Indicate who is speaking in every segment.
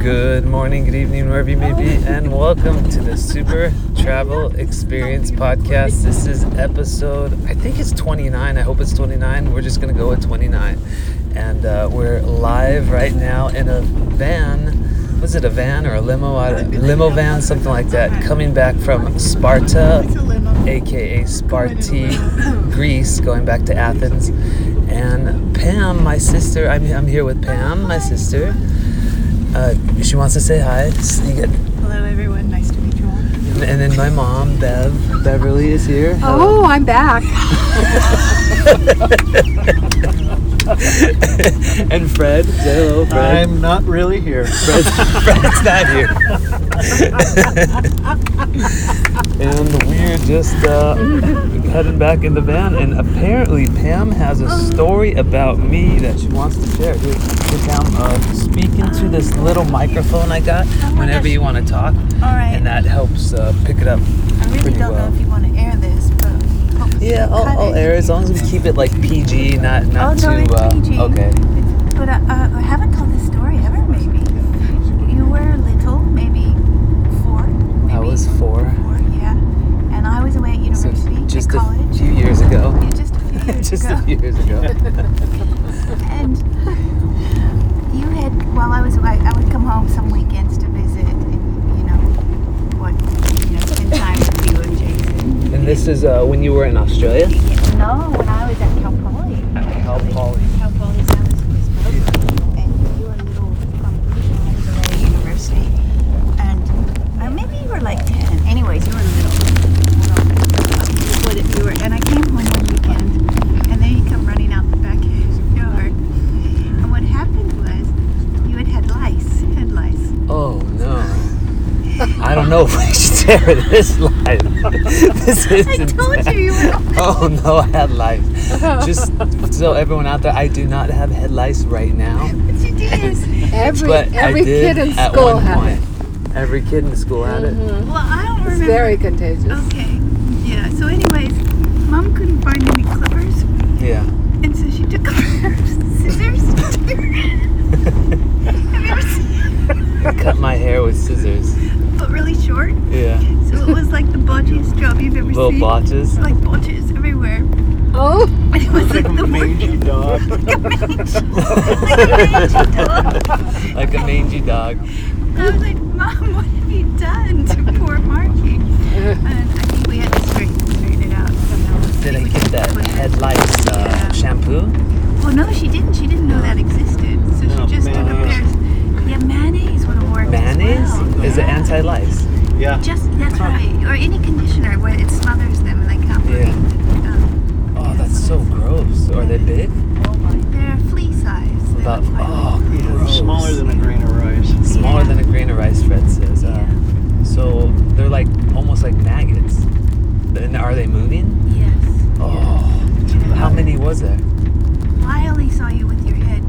Speaker 1: Good morning, good evening, wherever you may be, and welcome to the Super Travel Experience Podcast. This is episode, I think it's 29. I hope it's 29. We're just going to go with 29. And uh, we're live right now in a van. Was it a van or a limo? I don't- Limo van, something like that. Coming back from Sparta, aka Sparti, Greece, going back to Athens. And Pam, my sister, I'm, I'm here with Pam, my sister. Uh, she wants to say hi. S- you get-
Speaker 2: Hello, everyone. Nice to meet you all.
Speaker 1: And then my mom, Bev, Beverly is here.
Speaker 2: Oh, I'm back.
Speaker 1: and Fred, say hello, Fred.
Speaker 3: I'm not really here.
Speaker 1: Fred's, Fred's not here. and we're just uh, heading back in the van, and apparently Pam has a story about me that she wants to share. Here, here, Pam, uh, speaking to this little microphone I got
Speaker 2: Oh my
Speaker 1: whenever
Speaker 2: gosh.
Speaker 1: you want to talk,
Speaker 2: All right.
Speaker 1: and that helps uh, pick it up.
Speaker 2: I really
Speaker 1: pretty
Speaker 2: don't
Speaker 1: well.
Speaker 2: know if you want to air this, but hopefully
Speaker 1: Yeah,
Speaker 2: we'll
Speaker 1: I'll,
Speaker 2: cut
Speaker 1: I'll
Speaker 2: it.
Speaker 1: air as long as we keep it like PG, not
Speaker 2: Oh,
Speaker 1: not
Speaker 2: no,
Speaker 1: too.
Speaker 2: it's
Speaker 1: uh,
Speaker 2: PG.
Speaker 1: Okay.
Speaker 2: It's- But uh, uh, I haven't told this story ever. Maybe you were little, maybe four. Maybe
Speaker 1: I was four,
Speaker 2: four, yeah. And I was away at
Speaker 1: so
Speaker 2: university,
Speaker 1: just
Speaker 2: at
Speaker 1: a
Speaker 2: college.
Speaker 1: few years ago.
Speaker 2: yeah, just
Speaker 1: just
Speaker 2: a few years ago.
Speaker 1: a few years ago.
Speaker 2: And you had, while I was away, I would come home some weekends to visit, and you know, what, you know, spend time with you and Jason.
Speaker 1: and this is uh, when you were in Australia.
Speaker 2: Yeah, No, when I was at Cal Poly.
Speaker 1: Cal
Speaker 2: actually.
Speaker 1: Poly.
Speaker 2: Cal Poly San Luis Obispo, and you were little from Mandalay University, and or maybe you were like ten. Anyways, you were little. Before that you were, and I came home one weekend, and then you come running out the back door, and what happened was you had had lice, head lice.
Speaker 1: Oh no. I don't know if we should share this life. this is
Speaker 2: I told you you were.
Speaker 1: Oh no, I had lice. Just so everyone out there, I do not have head lice right now.
Speaker 2: But you did.
Speaker 4: Every
Speaker 1: but
Speaker 4: every
Speaker 1: I did
Speaker 4: kid in
Speaker 1: at
Speaker 4: school
Speaker 1: one
Speaker 4: had it. Mm-hmm.
Speaker 1: point. Every kid in school had it.
Speaker 2: Well, I don't
Speaker 4: It's
Speaker 2: remember.
Speaker 4: very contagious.
Speaker 2: Okay. Yeah. So, anyways, mom couldn't find any clippers,
Speaker 1: Yeah.
Speaker 2: and so she took her scissors. Have you ever seen?
Speaker 1: I cut my hair with scissors.
Speaker 2: But really short.
Speaker 1: Yeah.
Speaker 2: So it was like the bodgiest job you've ever
Speaker 1: Little
Speaker 2: seen.
Speaker 1: blotches.
Speaker 2: Like blotches everywhere.
Speaker 4: Oh,
Speaker 2: And it was like the worst.
Speaker 3: Mangy dog.
Speaker 2: Like
Speaker 1: like
Speaker 2: a mangy dog.
Speaker 1: a mangy dog.
Speaker 2: And I was like, Mom, what have you done to poor Marky? And I think we had to straighten, straighten it out somehow.
Speaker 1: Did I get that
Speaker 2: Put her-
Speaker 1: head lice uh,
Speaker 2: Yeah.
Speaker 1: shampoo?
Speaker 2: Well, no, she didn't. She didn't know that existed. So
Speaker 3: No,
Speaker 1: Oh,
Speaker 2: she just took a pair.
Speaker 3: mayonnaise.
Speaker 2: Yeah, mayonnaise would have worked.
Speaker 1: Mayonnaise?
Speaker 2: As well.
Speaker 1: Is it
Speaker 2: Yeah.
Speaker 1: anti lice?
Speaker 3: Yeah.
Speaker 2: Just that's right. Or any conditioner where it smothers them and they come.
Speaker 1: Yeah.
Speaker 2: Um,
Speaker 1: Oh, that's so gross. Are they big?
Speaker 2: they're flea size. They're
Speaker 1: About,
Speaker 2: quite
Speaker 1: oh, gross.
Speaker 3: Smaller than a grain of rice.
Speaker 1: Smaller
Speaker 2: Yeah.
Speaker 1: than a grain of rice, Fred says. Uh,
Speaker 2: Yeah.
Speaker 1: So they're like almost like maggots. And are they moving?
Speaker 2: big. Yes.
Speaker 1: Oh, how many was there?
Speaker 2: Well, I only saw you with your head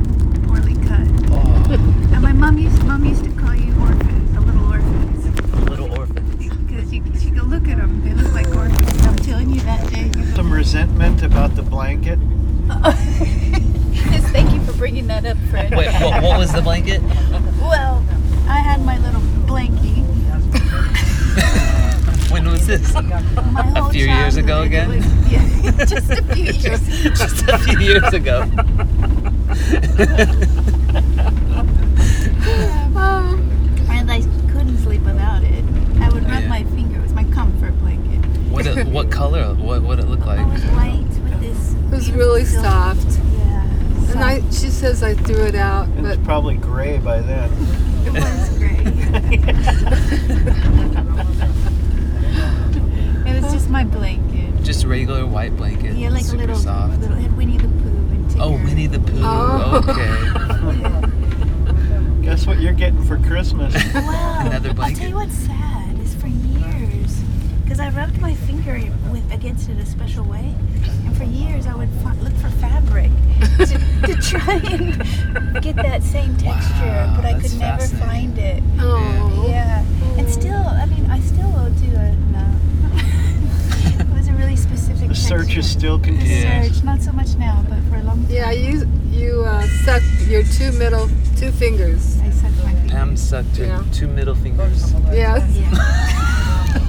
Speaker 2: poorly cut.
Speaker 1: Oh,
Speaker 2: And my mom used mom used to call you orphans, the little orphans,
Speaker 1: little orphans.
Speaker 2: because you she go look at them. They look like orphans. I'm telling you that day. you
Speaker 3: Some resentment about the blanket.
Speaker 2: Yes, Thank you for bringing that up, Fred.
Speaker 1: Wait, what, what was the blanket?
Speaker 2: Well, I had my little blankie.
Speaker 1: When was this?
Speaker 2: My
Speaker 1: A
Speaker 2: whole
Speaker 1: few years ago
Speaker 2: childhood,
Speaker 1: again?
Speaker 2: it was- yeah, just a few years.
Speaker 1: Just a few years ago.
Speaker 2: And I couldn't sleep without it. I would rub
Speaker 1: Oh, Yeah.
Speaker 2: my finger. It was my comfort blanket.
Speaker 1: What, it, what color? What would it look
Speaker 2: I
Speaker 1: like?
Speaker 2: was white with this.
Speaker 4: it was
Speaker 2: beautiful
Speaker 4: really
Speaker 2: silk-
Speaker 4: soft.
Speaker 2: Yeah.
Speaker 4: And I, she says I threw it out,
Speaker 3: It was
Speaker 4: but
Speaker 3: probably gray by then.
Speaker 2: It was great. it was just my blanket.
Speaker 1: Just regular white blanket.
Speaker 2: Yeah, like
Speaker 1: super
Speaker 2: a little,
Speaker 1: soft.
Speaker 2: little. It had Winnie the Pooh and Tigger.
Speaker 1: Oh, Winnie the Pooh.
Speaker 4: Oh.
Speaker 1: Okay.
Speaker 3: Guess what you're getting for Christmas?
Speaker 2: Wow.
Speaker 1: Another
Speaker 2: I'll tell
Speaker 1: blanket.
Speaker 2: you what's sad is for years, because I rubbed my finger with against it a special way, and for years I would f- look for fabric to, to try and get that same texture,
Speaker 1: Wow,
Speaker 2: but I
Speaker 1: that's
Speaker 2: could never
Speaker 1: fascinating.
Speaker 2: find it.
Speaker 4: oh,
Speaker 2: Yeah, and still, I mean, I still will do it. No, it was a really specific.
Speaker 3: The search
Speaker 2: texture.
Speaker 3: is still
Speaker 2: The
Speaker 3: continuing.
Speaker 2: search, not so much now, but for a long time.
Speaker 4: yeah. You you uh, suck your two middle two fingers
Speaker 2: I
Speaker 5: suck my finger.
Speaker 1: Pam sucked her
Speaker 4: Yeah.
Speaker 1: two middle fingers.
Speaker 4: Yes.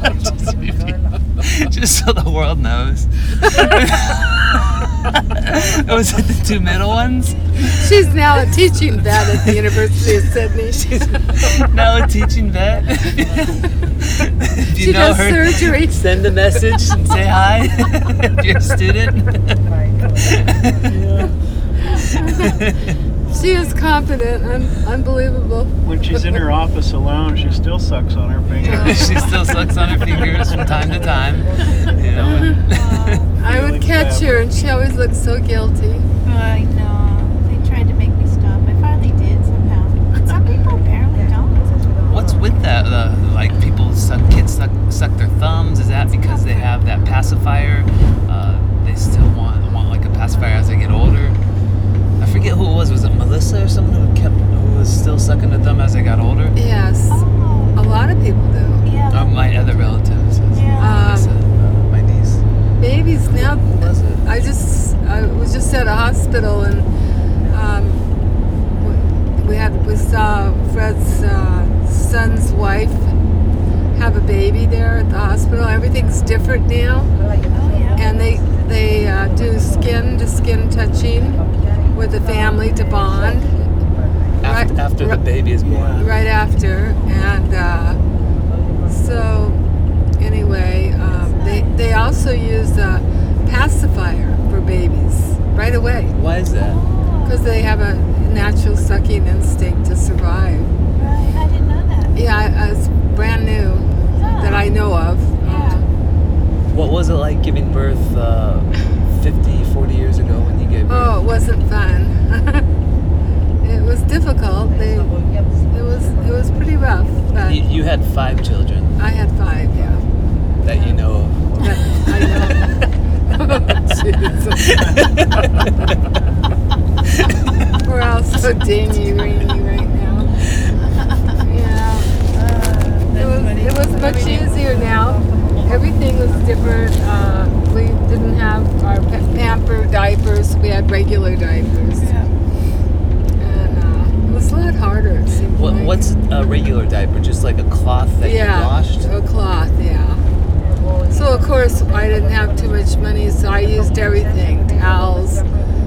Speaker 5: Yeah.
Speaker 1: just, just so the world knows. Was it the two middle ones?
Speaker 4: She's now a teaching vet at the University of Sydney. She's,
Speaker 1: Now a teaching vet. if you
Speaker 4: she
Speaker 1: know
Speaker 4: does
Speaker 1: her,
Speaker 4: surgery.
Speaker 1: send a message and say hi. if you're a student.
Speaker 4: She is confident. Un- unbelievable.
Speaker 3: When she's in her office alone, she still sucks on her fingers.
Speaker 1: she still sucks on her fingers from time to time. You know.
Speaker 4: I would
Speaker 3: Really
Speaker 4: catch her, and she always looks so guilty.
Speaker 5: I know. They tried to make me stop. I finally did somehow. But some people apparently don't.
Speaker 1: What's with that? Uh, like people suck, kids suck, suck their thumbs. Is that because they have that pacifier? Uh, they still want want like a pacifier as they get older. I forget who it was. Was it Melissa or someone who kept who was still sucking the thumb as they got older?
Speaker 4: Yes.
Speaker 5: Oh,
Speaker 4: A lot of people do.
Speaker 5: yeah. oh,
Speaker 1: Or my other relatives.
Speaker 5: Yeah.
Speaker 1: Melissa, uh, my niece.
Speaker 4: Babies now.
Speaker 1: Was it?
Speaker 4: I just I was just at a hospital and um, we, we had we saw Fred's uh, son's wife have a baby there at the hospital. Everything's different now,
Speaker 5: Oh, yeah.
Speaker 4: and they they uh, do skin to skin touching with the family to bond
Speaker 1: After,
Speaker 4: Right.
Speaker 1: after the baby is born.
Speaker 3: Yeah.
Speaker 4: right after and. Uh, So, anyway, um, they, they also use a pacifier for babies right away
Speaker 1: Why
Speaker 5: uh,
Speaker 1: is that?
Speaker 5: Oh,
Speaker 4: because they have a natural sucking instinct to survive.
Speaker 5: Right. I didn't know that.
Speaker 4: Yeah, I- I- it's brand new that I know of.
Speaker 5: Yeah.
Speaker 1: What was it like giving birth uh, 50, 40 years ago when you gave birth?
Speaker 4: Oh, it wasn't fun. it was difficult. They, it was it was pretty rough, but
Speaker 1: You, you had five children
Speaker 4: I had five. Yeah,
Speaker 1: that you know of.
Speaker 4: but I know. Jesus. We're all so dingy, rainy right now. Yeah, it was it was much easier now. Everything was different. Uh, we didn't have our pa- pamper diapers. We had regular diapers, and uh, it was a lot harder. It seemed
Speaker 1: What,
Speaker 4: like.
Speaker 1: what's a regular diaper? Just like a cloth that
Speaker 4: yeah,
Speaker 1: you washed?
Speaker 4: a cloth. Yeah. So of course I didn't have too much money, so I used everything: towels.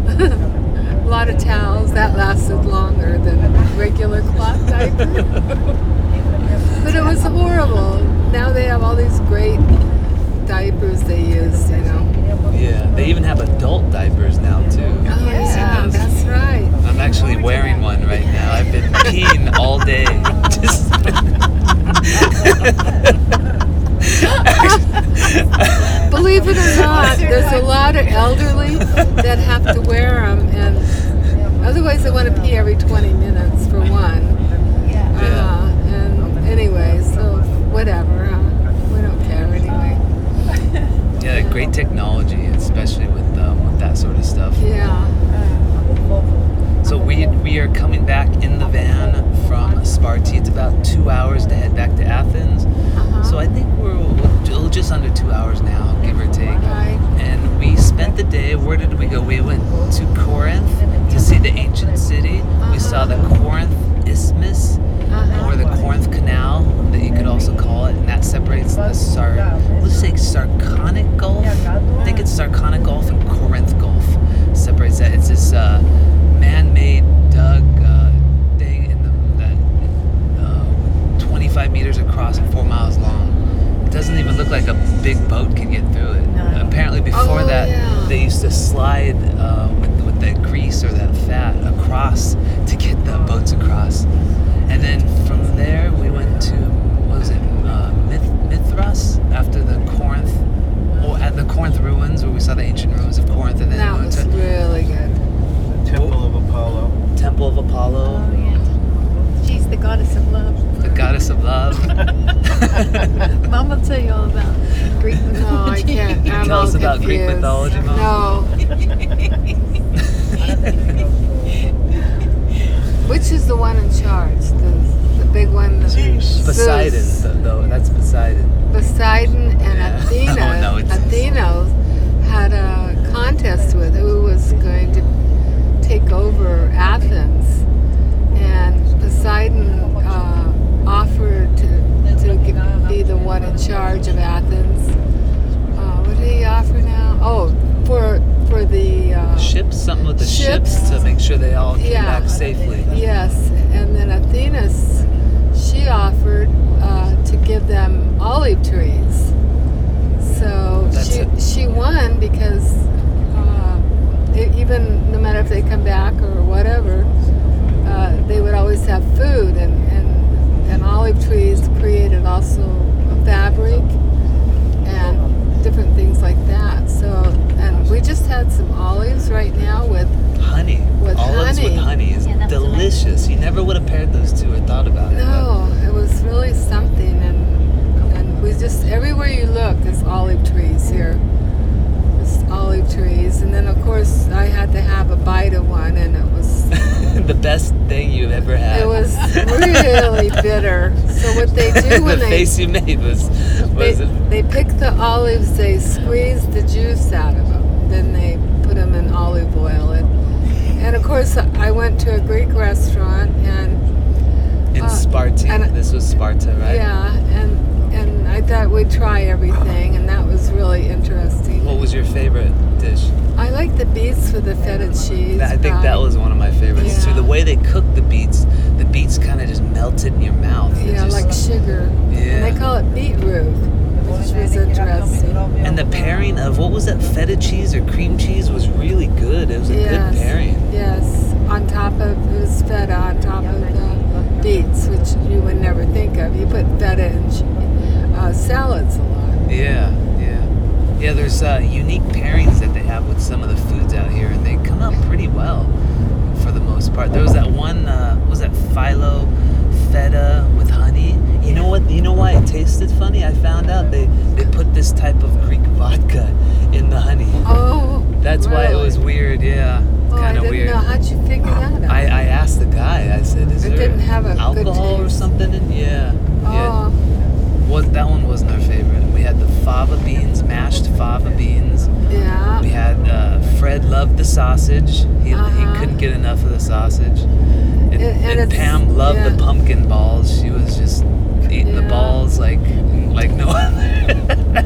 Speaker 4: A lot of towels that lasted longer than a regular cloth diaper. But it was horrible. Now they have all these great diapers they use, you know.
Speaker 1: Yeah. They even have adult diapers now too.
Speaker 4: Oh, yeah,
Speaker 1: Yes.
Speaker 4: that's right.
Speaker 1: I'm actually wearing one right now. I've been peeing all day. Just
Speaker 4: Believe it or not, there's a lot of elderly that have to wear them, and otherwise they want to pee every 20 minutes for one.
Speaker 5: Yeah.
Speaker 4: Uh, and anyway, so whatever. Uh, we don't care anyway.
Speaker 1: yeah, great technology, especially with um, with that sort of stuff.
Speaker 4: Yeah.
Speaker 1: So we we are coming back in the van from Sparti. It's about two hours to head back to Athens.
Speaker 4: Uh-huh.
Speaker 1: So I think we're we're just under two hours now, give or take.
Speaker 4: Right.
Speaker 1: and we spent the day. Where did we go? We went to Corinth to see the ancient city. We saw the Corinth Isthmus or
Speaker 4: Uh-huh.
Speaker 1: the Corinth Canal, that you could also call it, and that separates the Sar. Let's say Sarconic Gulf. I think it's Sarconic Gulf and Corinth Gulf separates that. It's this uh, man-made dug uh, thing in the that uh, 25 meters across and four miles long. It doesn't even look like a big boat can get through it.
Speaker 5: No.
Speaker 1: Apparently, before
Speaker 4: Oh,
Speaker 1: that,
Speaker 4: yeah.
Speaker 1: they used to slide uh, with, with that grease or that fat across to get the boats across. And then from there, we went to what was it uh, Myth- Mithras after the Corinth, or at the Corinth ruins where we saw the ancient ruins of Corinth, and then
Speaker 4: That
Speaker 1: we went
Speaker 4: was
Speaker 1: to
Speaker 4: really good.
Speaker 3: Temple of Apollo.
Speaker 1: Temple of Apollo,
Speaker 5: Oh, yeah. She's the goddess of love.
Speaker 1: the goddess of love.
Speaker 5: Mom will tell you all about Greek mythology.
Speaker 4: No, I can't. I'm
Speaker 1: Tell
Speaker 4: all
Speaker 1: us about Greek
Speaker 4: confused.
Speaker 1: mythology, Mom.
Speaker 4: No. Which is the one in charge? The, the big one? The
Speaker 3: Zeus.
Speaker 1: Poseidon,
Speaker 4: Zeus.
Speaker 1: th- though that's Poseidon.
Speaker 4: Poseidon and
Speaker 1: Yeah.
Speaker 4: Athena.
Speaker 1: Oh, no, it's-
Speaker 4: Athena had a contest with who was going to take over Athens. And Pos- outside and uh, offered to, to g- be the one in charge of Athens. Uh, what did he offer now? Oh, for for the uh,
Speaker 1: ships, something with the ships,
Speaker 4: Ships.
Speaker 1: to make sure they all came
Speaker 4: Yeah.
Speaker 1: back safely.
Speaker 4: Yes, and then Athena's, she offered uh, to give them olive trees. So
Speaker 1: That's
Speaker 4: she
Speaker 1: it.
Speaker 4: she won because uh, e- even no matter if they come back or whatever, uh, they would always have food and and, and olive trees created also a fabric and different things like that. So and we just had some olives right now with
Speaker 1: Honey,
Speaker 4: With
Speaker 1: olives with
Speaker 4: honey.
Speaker 1: honey is
Speaker 5: Yeah, that's
Speaker 1: delicious. You never would have paired those two or thought about it.
Speaker 4: No, it was really something, and and we just everywhere you look, there's olive trees here. There's olive trees, and then of course I had to have a bite of one, and it was
Speaker 1: the best thing you've ever had.
Speaker 4: it was really bitter. So what they do when
Speaker 1: the
Speaker 4: they
Speaker 1: face you made was
Speaker 4: they,
Speaker 1: was it-
Speaker 4: they pick the olives, they squeeze the juice out of them, then they put them in olive oil, and and of course I went to a Greek restaurant and.
Speaker 1: in
Speaker 4: uh,
Speaker 1: Sparta.
Speaker 4: and-
Speaker 1: this was Sparta, right?
Speaker 4: Yeah, and and I thought we'd try everything, and that was really interesting.
Speaker 1: What was your favorite dish?
Speaker 4: I like the beets with the feta cheese.
Speaker 1: I think
Speaker 4: but-
Speaker 1: that was one of my favorites too.
Speaker 4: Yeah.
Speaker 1: The way they cooked the beets, the beets kind of just melted in your mouth. It
Speaker 4: yeah,
Speaker 1: just-
Speaker 4: like sugar. And
Speaker 1: yeah.
Speaker 4: they call it beetroot, which was interesting.
Speaker 1: and the pairing of what was that feta cheese or cream cheese was really good. It was a
Speaker 4: Yes.
Speaker 1: good pairing.
Speaker 4: Yes, on top of it was feta on top of the beets, which you would never think of. You put feta in uh, salads a lot.
Speaker 1: Yeah, yeah, yeah. There's uh, unique pairings that they have with some of the foods out here, and they come out pretty well for the most part. There was that one, uh, what was that phyllo feta with honey? You know what? You know why it tasted funny? I found out they they put this type of Greek vodka in the honey.
Speaker 4: Oh,
Speaker 1: That's why it
Speaker 4: really?
Speaker 1: was weird. Yeah,
Speaker 4: Oh, I
Speaker 1: kind of
Speaker 4: didn't
Speaker 1: weird.
Speaker 4: know. How'd you figure that out?
Speaker 1: I, I asked the guy. I said, "Is
Speaker 4: It
Speaker 1: there
Speaker 4: didn't have a good
Speaker 1: alcohol or
Speaker 4: taste.
Speaker 1: something?" in yeah, yeah.
Speaker 4: oh.
Speaker 1: What that one wasn't our favorite. We had the fava beans, mashed fava beans.
Speaker 4: Yeah.
Speaker 1: We had uh, Fred loved the sausage. He,
Speaker 4: Uh-huh.
Speaker 1: he couldn't get enough of the sausage. And,
Speaker 4: And- and
Speaker 1: and
Speaker 4: it's-
Speaker 1: Pam loved
Speaker 4: yeah.
Speaker 1: the pumpkin balls. She was just eating the
Speaker 4: Yeah.
Speaker 1: balls like like no other.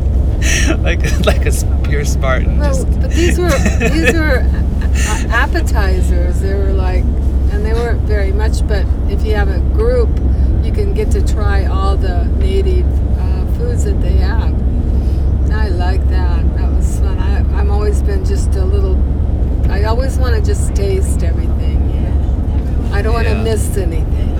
Speaker 1: like like a s- pure Spartan.
Speaker 4: Well,
Speaker 1: just-
Speaker 4: but these were these were a- appetizers. They were like, and they weren't very much. But if you have a group, you can get to try all the native uh, foods that they have. And I like that. That was fun. I, I'm always been just a little. I always want to just taste everything. You know? I don't want to
Speaker 1: Yeah.
Speaker 4: miss anything.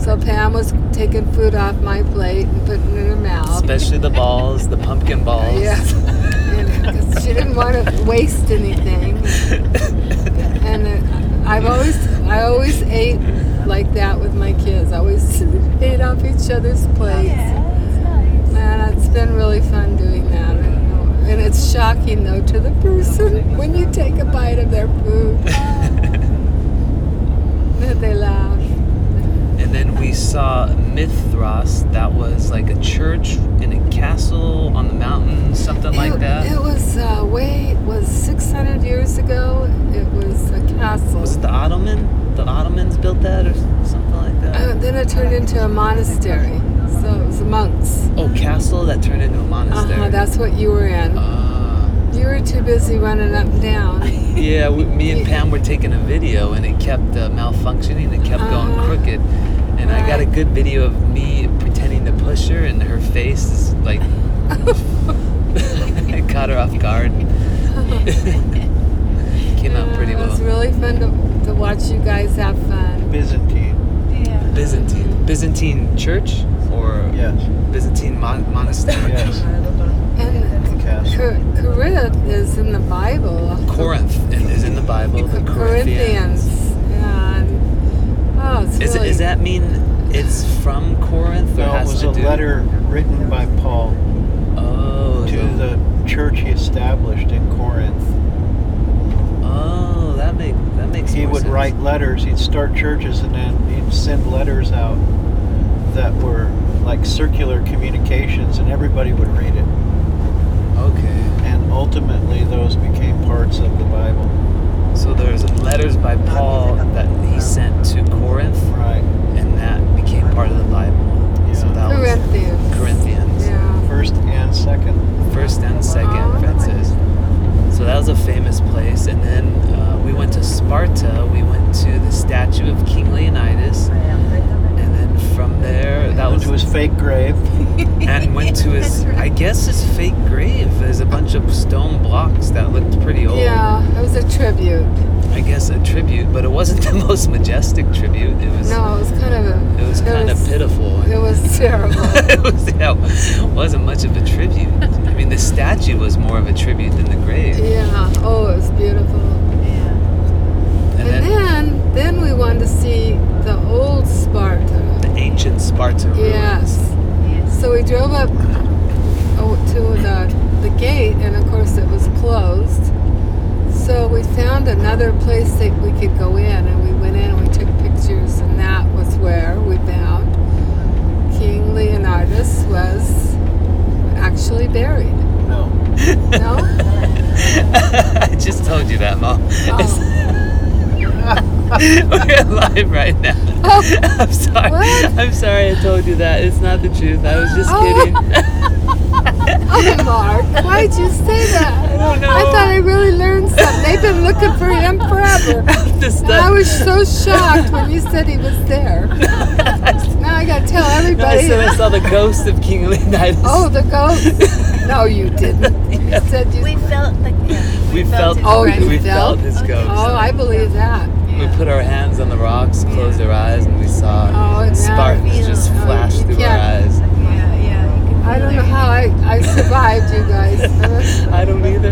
Speaker 4: So Pam was taking food off my plate and putting it in her mouth.
Speaker 1: especially the balls, the pumpkin balls.
Speaker 4: Yeah. And 'cause she didn't want to waste anything. And uh, I've always, I always ate like that with my kids. I always ate off each other's
Speaker 5: Oh,
Speaker 4: plates.
Speaker 2: Oh,
Speaker 4: And it's been really fun doing that. And, and it's shocking though to the person when you take a bite of their food that they laugh.
Speaker 1: And then we saw Mithras, that was like a church in a castle on the mountain, something
Speaker 4: it,
Speaker 1: like that.
Speaker 4: It was uh, way it was 600 years ago. It was a castle.
Speaker 1: Was it the Ottoman? The Ottomans built that or something like
Speaker 4: Uh,
Speaker 1: that?
Speaker 4: then it turned into a monastery. So it was monks.
Speaker 1: oh, castle that turned into a monastery.
Speaker 4: Uh-huh, that's what you were in.
Speaker 1: Ah.
Speaker 4: You were too busy running up and down.
Speaker 1: yeah, we, me and Pam were taking a video and it kept uh, malfunctioning. It kept going
Speaker 4: Ah.
Speaker 1: crooked. And I got a good video of me pretending to push her and her face is like. it caught her off guard. Came out pretty
Speaker 4: Uh, It was
Speaker 1: well.
Speaker 4: really fun to, to watch you guys have fun.
Speaker 3: Byzantine.
Speaker 1: Byzantine. Byzantine church or
Speaker 3: Yes.
Speaker 1: Byzantine mon- monastery?
Speaker 3: Yes.
Speaker 4: And
Speaker 3: Castle.
Speaker 4: Cor- Corinth is in the Bible.
Speaker 1: Corinth and is in the Bible. The
Speaker 4: Cor-
Speaker 1: Corinthians.
Speaker 4: Yeah. and- Oh, it's
Speaker 1: Is,
Speaker 4: really,
Speaker 1: is that mean it's from Corinth? or
Speaker 3: No, it
Speaker 1: has
Speaker 3: was
Speaker 1: to
Speaker 3: a
Speaker 1: do?
Speaker 3: letter written by Paul
Speaker 1: Oh,
Speaker 3: to
Speaker 1: the-
Speaker 3: the church he established in Corinth.
Speaker 1: oh, that make that makes.
Speaker 3: He
Speaker 1: more
Speaker 3: would
Speaker 1: sense.
Speaker 3: write letters. He'd start churches and then he'd send letters out that were like circular communications, and everybody would read it.
Speaker 1: Okay.
Speaker 3: And ultimately, those became parts of the Bible.
Speaker 1: So there's letters by Paul that he sent to Corinth,
Speaker 3: Right.
Speaker 1: and that became part of the Bible. So that was
Speaker 4: Corinthians.
Speaker 1: oh, Corinthians,
Speaker 4: Yeah.
Speaker 3: First and second.
Speaker 1: first and second,
Speaker 4: Uh-huh.
Speaker 1: Francis. So that was a famous place. And then uh, we went to Sparta. We went to the statue of King Leonidas, and then from there, that was
Speaker 3: Went to his fake grave.
Speaker 1: and went to his,
Speaker 5: That's right.
Speaker 1: I guess his fake grave is a bunch of stone blocks that looked pretty old.
Speaker 4: Yeah, it was a tribute.
Speaker 1: I guess a tribute, but it wasn't the most majestic tribute. It was
Speaker 4: No, it was kind of a.
Speaker 1: it was kind of pitiful.
Speaker 4: It was terrible.
Speaker 1: it was yeah, it wasn't much of a tribute. I mean, the statue was more of a tribute than the grave.
Speaker 4: yeah. Oh, it was beautiful.
Speaker 5: Yeah.
Speaker 1: And
Speaker 4: And
Speaker 1: then
Speaker 4: then, then we wanted to see the old Sparta.
Speaker 1: the ancient Sparta ruins.
Speaker 4: Yes.
Speaker 5: Yes.
Speaker 4: So we drove up oh, to the, the gate, and of course it was closed. So we found another place that we could go in, and we went in and we took pictures, and that was where we found King Leonidas was actually buried.
Speaker 3: No.
Speaker 4: No?
Speaker 1: I just told you that, Mom.
Speaker 4: Oh.
Speaker 1: We're live right now.
Speaker 4: Oh.
Speaker 1: I'm sorry.
Speaker 4: What?
Speaker 1: I'm sorry I told you that. It's not the truth. I was just
Speaker 4: Oh.
Speaker 1: kidding.
Speaker 4: Oh, Mark, why'd you say that? I
Speaker 1: don't know.
Speaker 4: I thought I really learned something. They've been looking for him forever.
Speaker 1: The
Speaker 4: And
Speaker 1: stu-
Speaker 4: I was so shocked when you said he was there. Now I gotta tell
Speaker 1: No, I
Speaker 4: everybody.
Speaker 1: said I saw the ghost of King Leonidas.
Speaker 4: Oh, the ghost. No, you didn't. You said you.
Speaker 5: We felt like yeah,
Speaker 1: we felt,
Speaker 5: his
Speaker 4: Oh, you
Speaker 5: presence.
Speaker 1: we felt
Speaker 4: felt?
Speaker 1: his
Speaker 5: Okay.
Speaker 1: ghost.
Speaker 4: Oh, I believe that.
Speaker 1: We put our hands on the rocks, closed our eyes, and we saw
Speaker 4: Oh, and now
Speaker 1: sparks
Speaker 5: I feel-
Speaker 1: just
Speaker 5: oh,
Speaker 1: flash
Speaker 4: you
Speaker 1: through our
Speaker 4: can't-
Speaker 1: eyes.
Speaker 5: Yeah, yeah. you could
Speaker 4: I
Speaker 5: feel
Speaker 4: don't know
Speaker 5: it.
Speaker 4: how I, I survived, you guys.
Speaker 1: I don't either.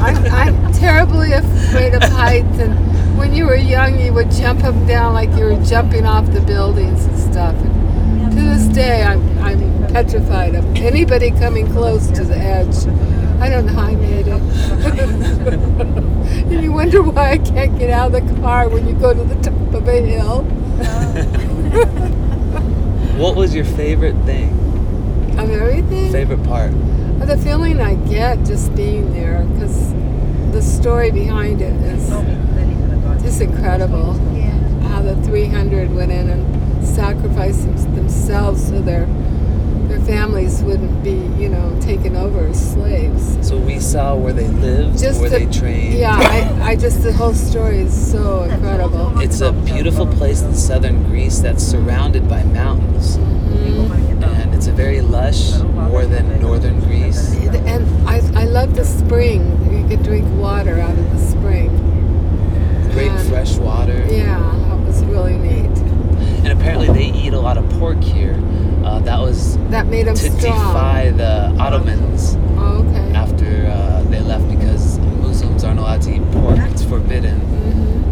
Speaker 4: I'm, I'm terribly afraid of heights, and when you were young, you would jump up and down like you were jumping off the buildings and stuff. And to this day, I'm, I'm petrified of anybody coming close to the edge. I don't know how I made it. and you wonder why I can't get out of the car when you go to the top of a hill.
Speaker 1: What was your favorite thing?
Speaker 4: Of everything.
Speaker 1: Favorite part?
Speaker 4: Well, The feeling I get just being there, because the story behind it is just incredible.
Speaker 5: Yeah.
Speaker 4: How the 300 went in and sacrificed them- themselves so their their families wouldn't be, you know, taken over as slaves.
Speaker 1: So we saw where they lived,
Speaker 4: Just
Speaker 1: where
Speaker 4: the-
Speaker 1: they trained.
Speaker 4: Yeah, I, I just the whole story is so incredible.
Speaker 1: It's a beautiful place in southern Greece that's surrounded by mountains,
Speaker 4: Mm.
Speaker 1: and it's a very lush, more than northern Greece.
Speaker 4: And I, I love the spring. You could drink water out of the spring.
Speaker 1: Great
Speaker 4: And-
Speaker 1: fresh water.
Speaker 4: Yeah, that was really neat.
Speaker 1: And apparently they eat a lot of pork here. Uh, that was
Speaker 4: That made them
Speaker 1: to
Speaker 4: strong.
Speaker 1: defy the Ottomans
Speaker 4: Oh, okay.
Speaker 1: after uh, they left because Muslims aren't allowed to eat pork. It's forbidden.
Speaker 4: hmm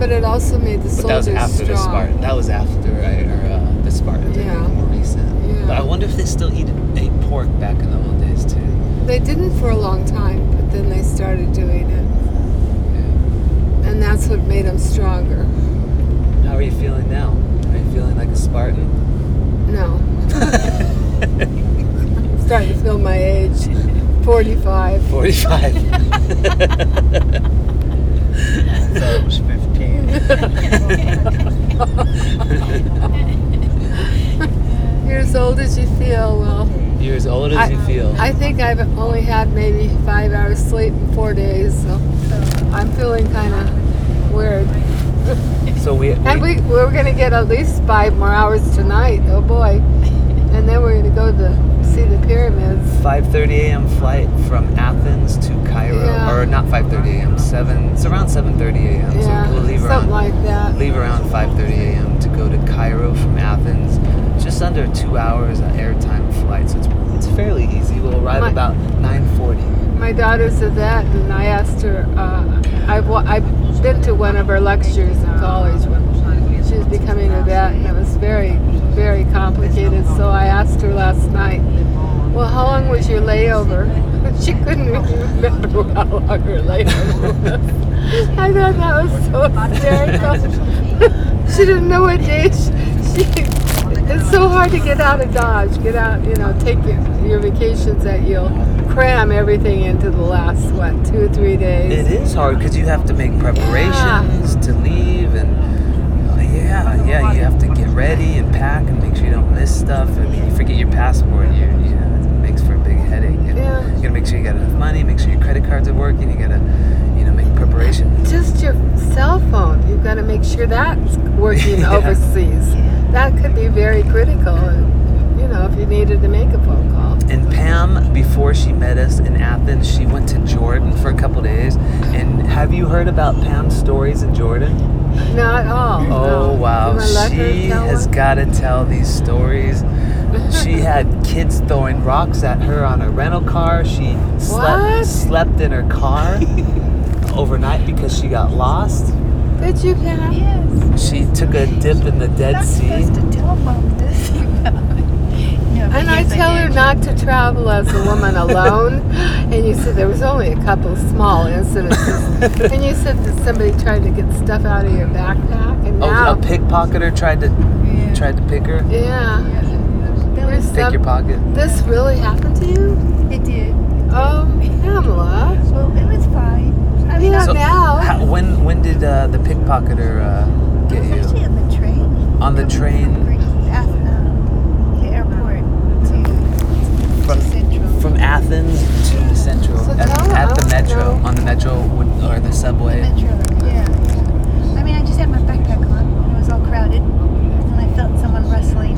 Speaker 4: But it also made the
Speaker 1: But that was
Speaker 4: soldiers
Speaker 1: after the
Speaker 4: strong.
Speaker 1: Spartan. That was after I, or, uh, the Spartan. thing,
Speaker 4: Yeah.
Speaker 1: More recent.
Speaker 4: Yeah.
Speaker 1: But I wonder if they still eat ate pork back in the old days too.
Speaker 4: They didn't for a long time, but then they started doing it,
Speaker 1: Yeah.
Speaker 4: and that's what made them stronger.
Speaker 1: How are you feeling now? Are you feeling like a Spartan?
Speaker 4: No, I'm starting to feel my age, 45.
Speaker 1: Forty-five.
Speaker 3: That was 15.
Speaker 4: You're as old as you feel. Well,
Speaker 1: You're as old as
Speaker 4: I-
Speaker 1: you feel.
Speaker 4: I think I've only had maybe five hours sleep in four days, so I'm feeling kind of weird.
Speaker 1: so we.
Speaker 4: And we, we were going to get at least five more hours tonight. Oh boy. And then we're going to go to see the pyramids.
Speaker 1: 5:30 a.m. flight from Athens to Cairo,
Speaker 4: Yeah.
Speaker 1: or not 5:30 a.m. Seven. It's around 7:30 a.m.
Speaker 4: Yeah,
Speaker 1: so we'll leave around
Speaker 4: something like that.
Speaker 1: leave around 5:30 a.m. to go to Cairo from Athens. Just under two hours of airtime flight, so it's, it's fairly easy. We'll arrive
Speaker 4: My-
Speaker 1: about 9:40.
Speaker 4: My daughter said that, and I asked her, uh, I've, wa- I've been to one of her lectures in college when she was becoming a vet, and it was very, very complicated. So I asked her last night, Well, how long was your layover? She couldn't really remember how long her layover was. I thought that was so hysterical. she didn't know what day she, she It's so hard to get out of Dodge. Get out, you know, take your, your vacations that you'll cram everything into the last, what, two or three days.
Speaker 1: It is hard because you have to make preparations to leave, and uh, yeah, yeah, you have to get ready and pack and make sure you don't miss stuff. I mean, you forget your passport, you, you know, it makes for a big headache. And
Speaker 4: Yeah.
Speaker 1: You gotta make sure you got enough money, make sure your credit cards are working, you gotta, you know, make preparations.
Speaker 4: Just your cell phone, you've got to make sure that's working
Speaker 1: Yeah.
Speaker 4: overseas. That could be very critical, you know, if you needed to make a phone call.
Speaker 1: And Pam, before she met us in Athens, she went to Jordan for a couple days. And have you heard about Pam's stories in Jordan?
Speaker 4: Not all. no.
Speaker 1: Oh wow,
Speaker 4: Am I lucky to
Speaker 1: she
Speaker 4: tell
Speaker 1: has
Speaker 4: one?
Speaker 1: got to tell these stories. she had kids throwing rocks at her on her rental car. She
Speaker 4: What?
Speaker 1: slept slept in her car overnight because she got lost.
Speaker 4: Did you have?
Speaker 5: Yes.
Speaker 1: She took a dip in the Dead
Speaker 5: Not
Speaker 1: Sea.
Speaker 5: supposed to tell about this. no, but
Speaker 4: And I
Speaker 5: yes,
Speaker 4: tell her
Speaker 5: did.
Speaker 4: not to travel as a woman alone. and you said there was only a couple small incidents. and you said that somebody tried to get stuff out of your backpack, and now,
Speaker 1: Oh, a pickpocketer tried to
Speaker 5: Yeah.
Speaker 1: tried to pick her.
Speaker 4: yeah,
Speaker 5: That
Speaker 4: Where's
Speaker 5: was,
Speaker 1: Pick your pocket.
Speaker 4: this really happened to you?
Speaker 5: it did.
Speaker 4: Oh, Pamela.
Speaker 5: Well, it was fine. I
Speaker 4: Yeah,
Speaker 5: was,
Speaker 1: So-
Speaker 4: now.
Speaker 1: How, when when did uh, the pickpocketer uh,
Speaker 5: I
Speaker 1: get
Speaker 5: was
Speaker 1: you?
Speaker 5: actually on the train.
Speaker 1: On the
Speaker 5: from-
Speaker 1: train
Speaker 5: From Ath- uh, the airport to,
Speaker 1: From-
Speaker 5: to Central.
Speaker 1: from Athens to Central
Speaker 4: So
Speaker 1: at,
Speaker 4: tell
Speaker 1: at the
Speaker 4: us,
Speaker 1: metro
Speaker 4: no.
Speaker 1: on the metro would, or the subway.
Speaker 5: Metro, yeah. I mean, I just had my backpack on. and It was all crowded, and I felt someone rustling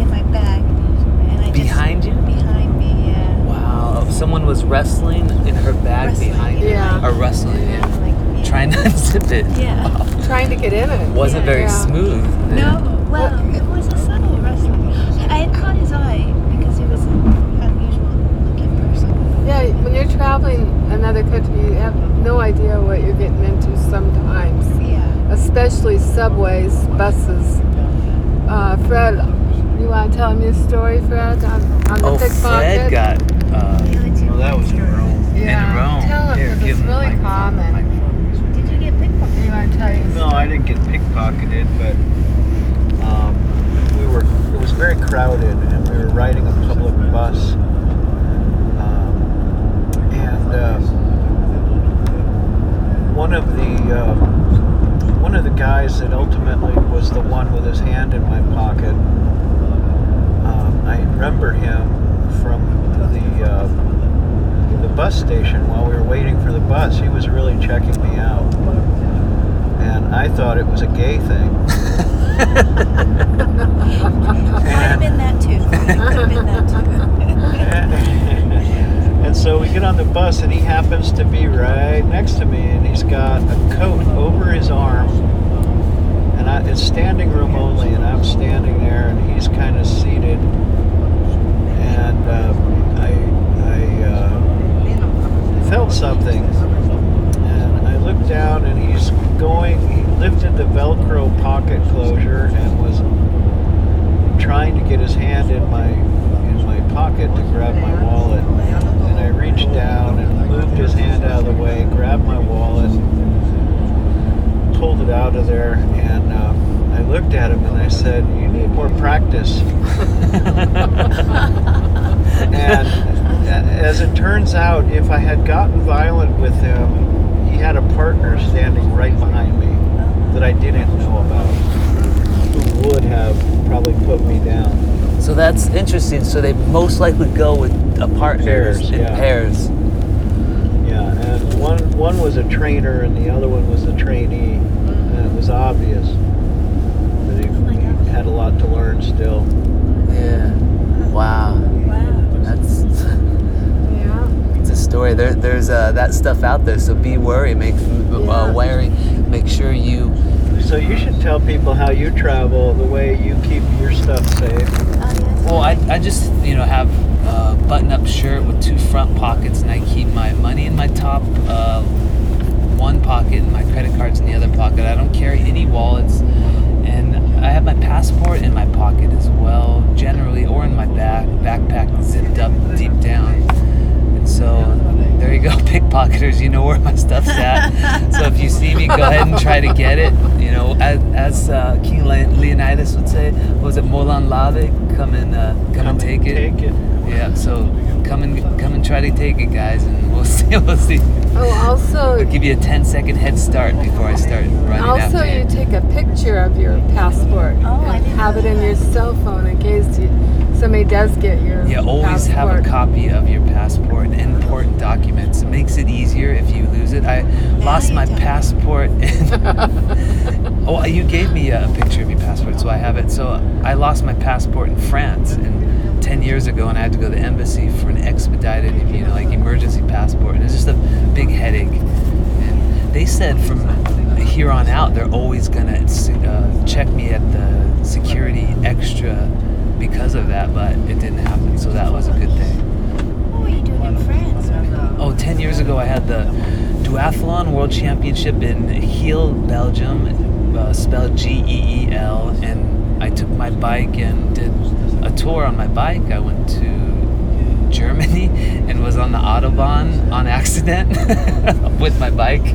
Speaker 5: in my bag, and I
Speaker 1: Behind you?
Speaker 5: just behind me, yeah.
Speaker 1: Wow. Someone was wrestling in her bag
Speaker 5: Wrestling,
Speaker 1: behind you.
Speaker 4: yeah.
Speaker 1: Or wrestling, Oh, yeah.
Speaker 5: I'm Like, yeah.
Speaker 1: Trying to unzip it.
Speaker 5: Yeah.
Speaker 1: Wow.
Speaker 4: Trying to get in it.
Speaker 1: Wasn't very
Speaker 4: Yeah.
Speaker 1: smooth.
Speaker 5: No, well, it was a subtle rustling. I caught his eye because he was an unusual looking person.
Speaker 4: Yeah, when you're traveling another country, you have no idea what you're getting into sometimes.
Speaker 5: Yeah.
Speaker 4: especially subways, buses. Uh, Fred, you want to tell him your story, Fred, on, on the
Speaker 1: Oh,
Speaker 4: pickpocket?
Speaker 1: Fred got. Uh,
Speaker 3: Well, that was in Rome.
Speaker 4: yeah.
Speaker 1: Rome.
Speaker 4: Tell him,
Speaker 1: Here,
Speaker 4: 'cause
Speaker 1: give
Speaker 4: it's
Speaker 1: him the
Speaker 4: really
Speaker 1: microphone,
Speaker 4: common.
Speaker 5: Did you get pickpocketed?
Speaker 4: You want to tell your
Speaker 3: No, I didn't get pickpocketed, but um, we were. It was very crowded, and we were riding a public bus. Um, and uh, one of the uh, one of the guys that ultimately was the one with his hand in my pocket. Um, I remember him from the uh, the bus station while we were waiting for the bus. He was really checking me out and I thought it was a gay thing.
Speaker 5: Might have been that too. It could have been that too.
Speaker 3: and so we get on the bus, and he happens to be right next to me, and he's got a coat over his arm, and I, it's standing room only, and I'm standing there, and he's kind of seated, and uh, I, I uh, felt something, and I looked down, and he's going. He lifted the Velcro pocket closure and was trying to get his hand in my in my pocket to grab my wallet. And I reached down and moved his hand out of the way, grabbed my wallet, pulled it out of there, and uh, I looked at him and I said, "You need more practice." and uh, as it turns out, if I had gotten violent with him, he had a partner standing right behind me that I didn't know about, who would have probably put me down.
Speaker 1: so that's interesting. So they most likely go with a partner
Speaker 3: Pairs,
Speaker 1: in
Speaker 3: yeah.
Speaker 1: pairs.
Speaker 3: Yeah, and one one was a trainer and the other one was a trainee, and it was obvious that
Speaker 5: Oh
Speaker 3: he, he had a lot to learn still.
Speaker 1: Yeah. Wow.
Speaker 5: Wow.
Speaker 1: That's
Speaker 4: Yeah.
Speaker 1: it's a story. There, there's uh, that stuff out there. So be wary. Make
Speaker 4: Yeah.
Speaker 1: uh, wary. Make sure you.
Speaker 3: So you should tell people how you travel, the way you keep your stuff safe.
Speaker 5: Oh, yes.
Speaker 1: Well, I, I just, you know, have a button up shirt with two front pockets, and I keep my money in my top uh, one pocket and my credit cards in the other pocket. I don't carry any wallets, and I have my passport in my pocket as well, generally, or in my back, backpack zipped up deep down. And so there you go, pickpocketers, you know where my stuff's at. so if you see me, go ahead and try to get it. You know, know, as, as uh, King Leon- Leonidas would say, was it Molan Lave? Come and uh, come, and take it.
Speaker 3: Take it.
Speaker 1: Yeah. So come and come and try to take it, guys, and we'll see. We'll see.
Speaker 4: Oh, also,
Speaker 1: I'll give you a 10 second head start before I start running
Speaker 4: also
Speaker 1: after
Speaker 4: you take a picture of your passport
Speaker 5: Oh, I
Speaker 4: and
Speaker 5: didn't
Speaker 4: have
Speaker 5: know
Speaker 4: it in your cell phone in case you, somebody does get your.
Speaker 1: Yeah, always
Speaker 4: passport.
Speaker 1: have a copy of your passport and important documents. It makes it easier if you lose it. I lost
Speaker 5: you
Speaker 1: my
Speaker 5: tell me.
Speaker 1: passport. in- oh, you gave me a picture of your passport, so I have it. So I lost my passport in France and 10 years ago, and I had to go to the embassy for an expedited, you know, like emergency passport. And it's just a big headache. And they said from here on out, they're always going to uh, check me at the security extra because of that, but it didn't happen. So that was a good thing.
Speaker 5: What were you doing in France?
Speaker 1: Oh, 10 years ago, I had the Duathlon World Championship in Heel, Belgium, uh, spelled G E E L. And I took my bike and did a tour on my bike. I went to Germany and was on the Autobahn on accident with my bike.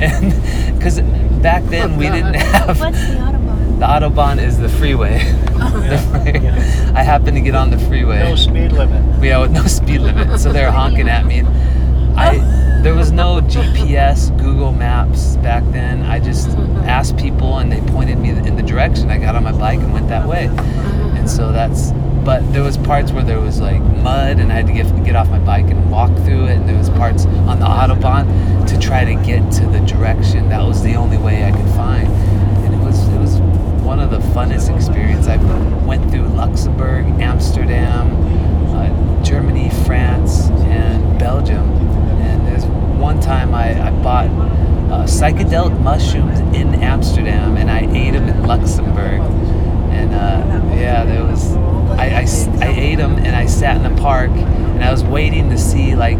Speaker 1: And because back then we didn't have.
Speaker 5: What's the Autobahn?
Speaker 1: The Autobahn is the freeway. I happened to get on the freeway.
Speaker 3: No speed limit.
Speaker 1: Yeah, with no speed limit. So they're honking at me. And I there was no GPS, Google Maps back then. I just asked people and they pointed me in the direction. I got on my bike and went that way. And so that's but there was parts where there was like mud and I had to get get off my bike and walk through it and there was parts on the autobahn to try to get to the direction. That was the only way I could find. And it was it was one of the funnest experiences. I went through Luxembourg, Amsterdam, uh, Germany, France, and Belgium. And there's one time I, I bought uh, psychedelic mushrooms in Amsterdam and I ate them in Luxembourg. And uh, yeah, there was. I, I s- I ate them and I sat in the park and I was waiting to see like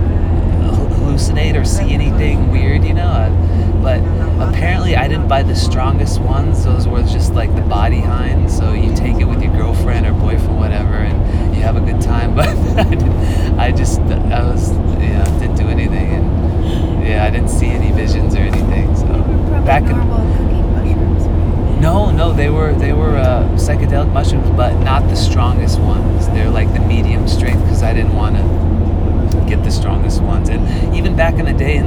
Speaker 1: hallucinate or see anything weird, you know. uh, But apparently, I didn't buy the strongest ones. Those were just like the body hind. So you take it with your girlfriend or boyfriend, whatever, and you have a good time. But I, didn't, I just, I was, yeah, didn't do anything, and yeah, I didn't see any visions or anything. So
Speaker 5: Probably
Speaker 1: back in
Speaker 5: normal cooking mushrooms.
Speaker 1: no, no, they were they were uh, psychedelic mushrooms, but not the strongest ones. They're like the medium strength because I didn't want to get the strongest ones. And even back in the day in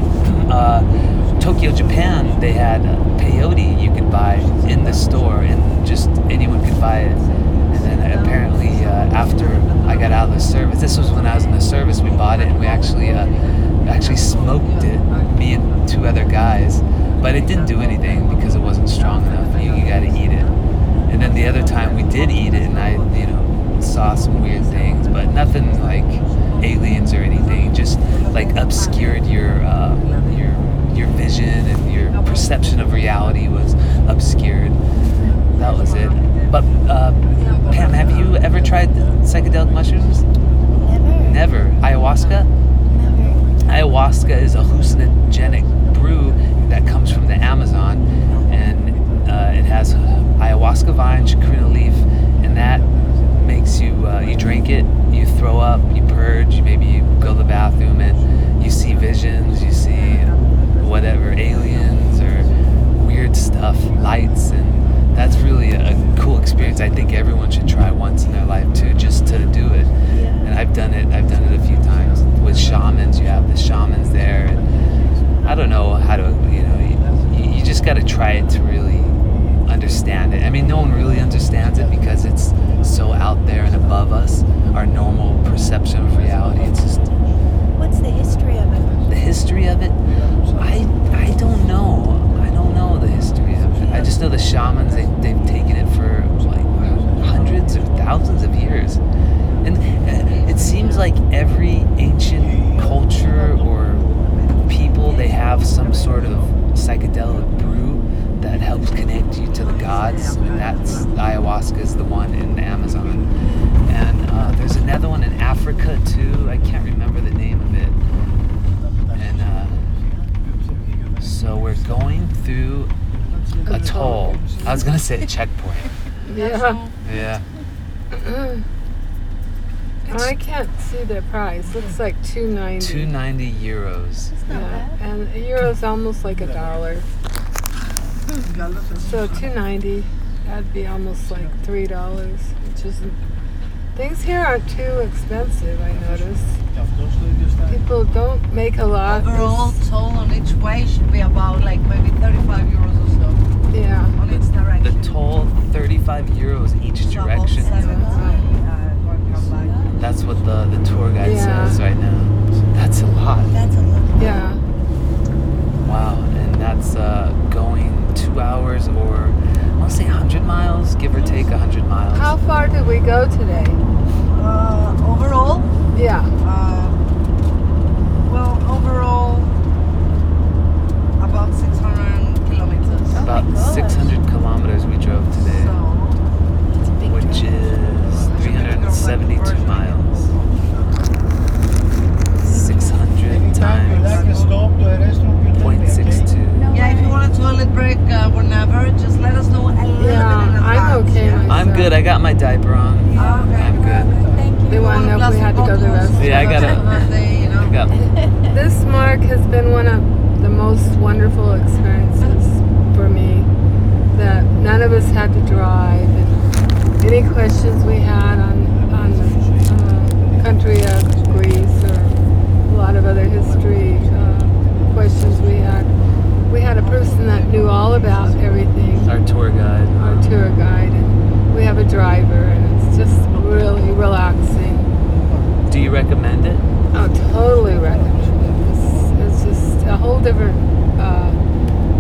Speaker 1: uh, Tokyo, Japan, they had peyote you could buy in the store, and just anyone could buy it. And then apparently uh, after I got out of the service, this was when I was in the service. We bought it and we actually uh, actually smoked it, me and two other guys. But it didn't do anything because it wasn't strong enough. You, you got to eat it. And then the other time we did eat it, and I you know saw some weird things, but nothing like aliens or anything. Just like obscured your uh, your your vision and your perception of reality was obscured. That was it. But uh, Pam, have you ever tried psychedelic mushrooms?
Speaker 5: Never.
Speaker 1: Never. Ayahuasca?
Speaker 5: Never.
Speaker 1: Ayahuasca is a hallucinogenic brew that comes from the Amazon, and uh, it has ayahuasca vine, chicorita leaf, and that makes you uh, you drink it, you throw up, you purge, you maybe you go to the bathroom, and you see visions, you see whatever aliens or weird stuff, lights, and that's really a cool experience. I think everyone should try once in their life too, just to do it. And I've done it. I've done it a few times with shamans. You have the shamans there, and I don't know how to. You know, you, you just got to try it to really understand it. I mean, no one really understands it because it's so out there and above us, our normal perception of reality. It's just
Speaker 5: What's the history of it?
Speaker 1: the history of it i i don't know i don't know the history of it i just know the shamans they, they've taken it for like hundreds or thousands of years and uh, it seems like every ancient culture or people they have some sort of psychedelic brew that helps connect you to the gods and that's ayahuasca is the one in the amazon and uh, there's another one in africa too i can't remember the name of it and uh, so we're going through a toll. I was gonna say a checkpoint.
Speaker 4: Yeah.
Speaker 1: Yeah.
Speaker 4: Mm. I can't see the price. Looks like two ninety.
Speaker 1: Two ninety euros.
Speaker 5: It's not
Speaker 4: Yeah,
Speaker 5: bad.
Speaker 4: and a euro's almost like a dollar. So two ninety, that'd be almost like three dollars, which isn't. Things here aren't too expensive. I notice people don't make a lot.
Speaker 6: Overall toll on each way should be about like maybe 35 euros or so
Speaker 4: Yeah.
Speaker 6: on each
Speaker 1: The
Speaker 6: direction.
Speaker 1: toll, 35 euros each
Speaker 6: Double
Speaker 1: direction.
Speaker 6: seven, uh, going from back.
Speaker 1: That's what the, the tour guide
Speaker 4: Yeah.
Speaker 1: says right now. That's a lot.
Speaker 6: That's a lot.
Speaker 4: Yeah.
Speaker 1: Wow, and that's uh, going two hours or I want to say 100 miles, give or take 100 miles.
Speaker 4: How far did we go today?
Speaker 6: Uh, overall,
Speaker 4: Yeah.
Speaker 6: uh, well, overall, about 600 kilometers.
Speaker 1: About 600 kilometers we drove today,
Speaker 6: Oh So,
Speaker 1: which is 372
Speaker 6: uh,
Speaker 1: miles. 600 times .62.
Speaker 6: yeah, if you want a toilet break uh, whenever, just let us know a little bit in
Speaker 4: Yeah. I'm
Speaker 6: advance,
Speaker 4: okay.
Speaker 6: yeah?
Speaker 1: I'm good. I got my diaper on.
Speaker 6: Oh, okay.
Speaker 1: I'm good.
Speaker 2: Thank you.
Speaker 4: They want to know if we had to go to the restroom.
Speaker 1: Yeah, I gotta-
Speaker 6: They, you know,
Speaker 1: I got
Speaker 4: This mark has been one of the most wonderful experiences for me. That none of us had to drive, and any questions we had on on the uh, country of Greece or a lot of other history uh, questions we had, we had a person that knew all about everything.
Speaker 1: our tour guide.
Speaker 4: Our tour guide, and we have a driver, and it's just really relaxing.
Speaker 1: Do you recommend it?
Speaker 4: Oh, totally recommend it. It's, it's just a whole different, uh,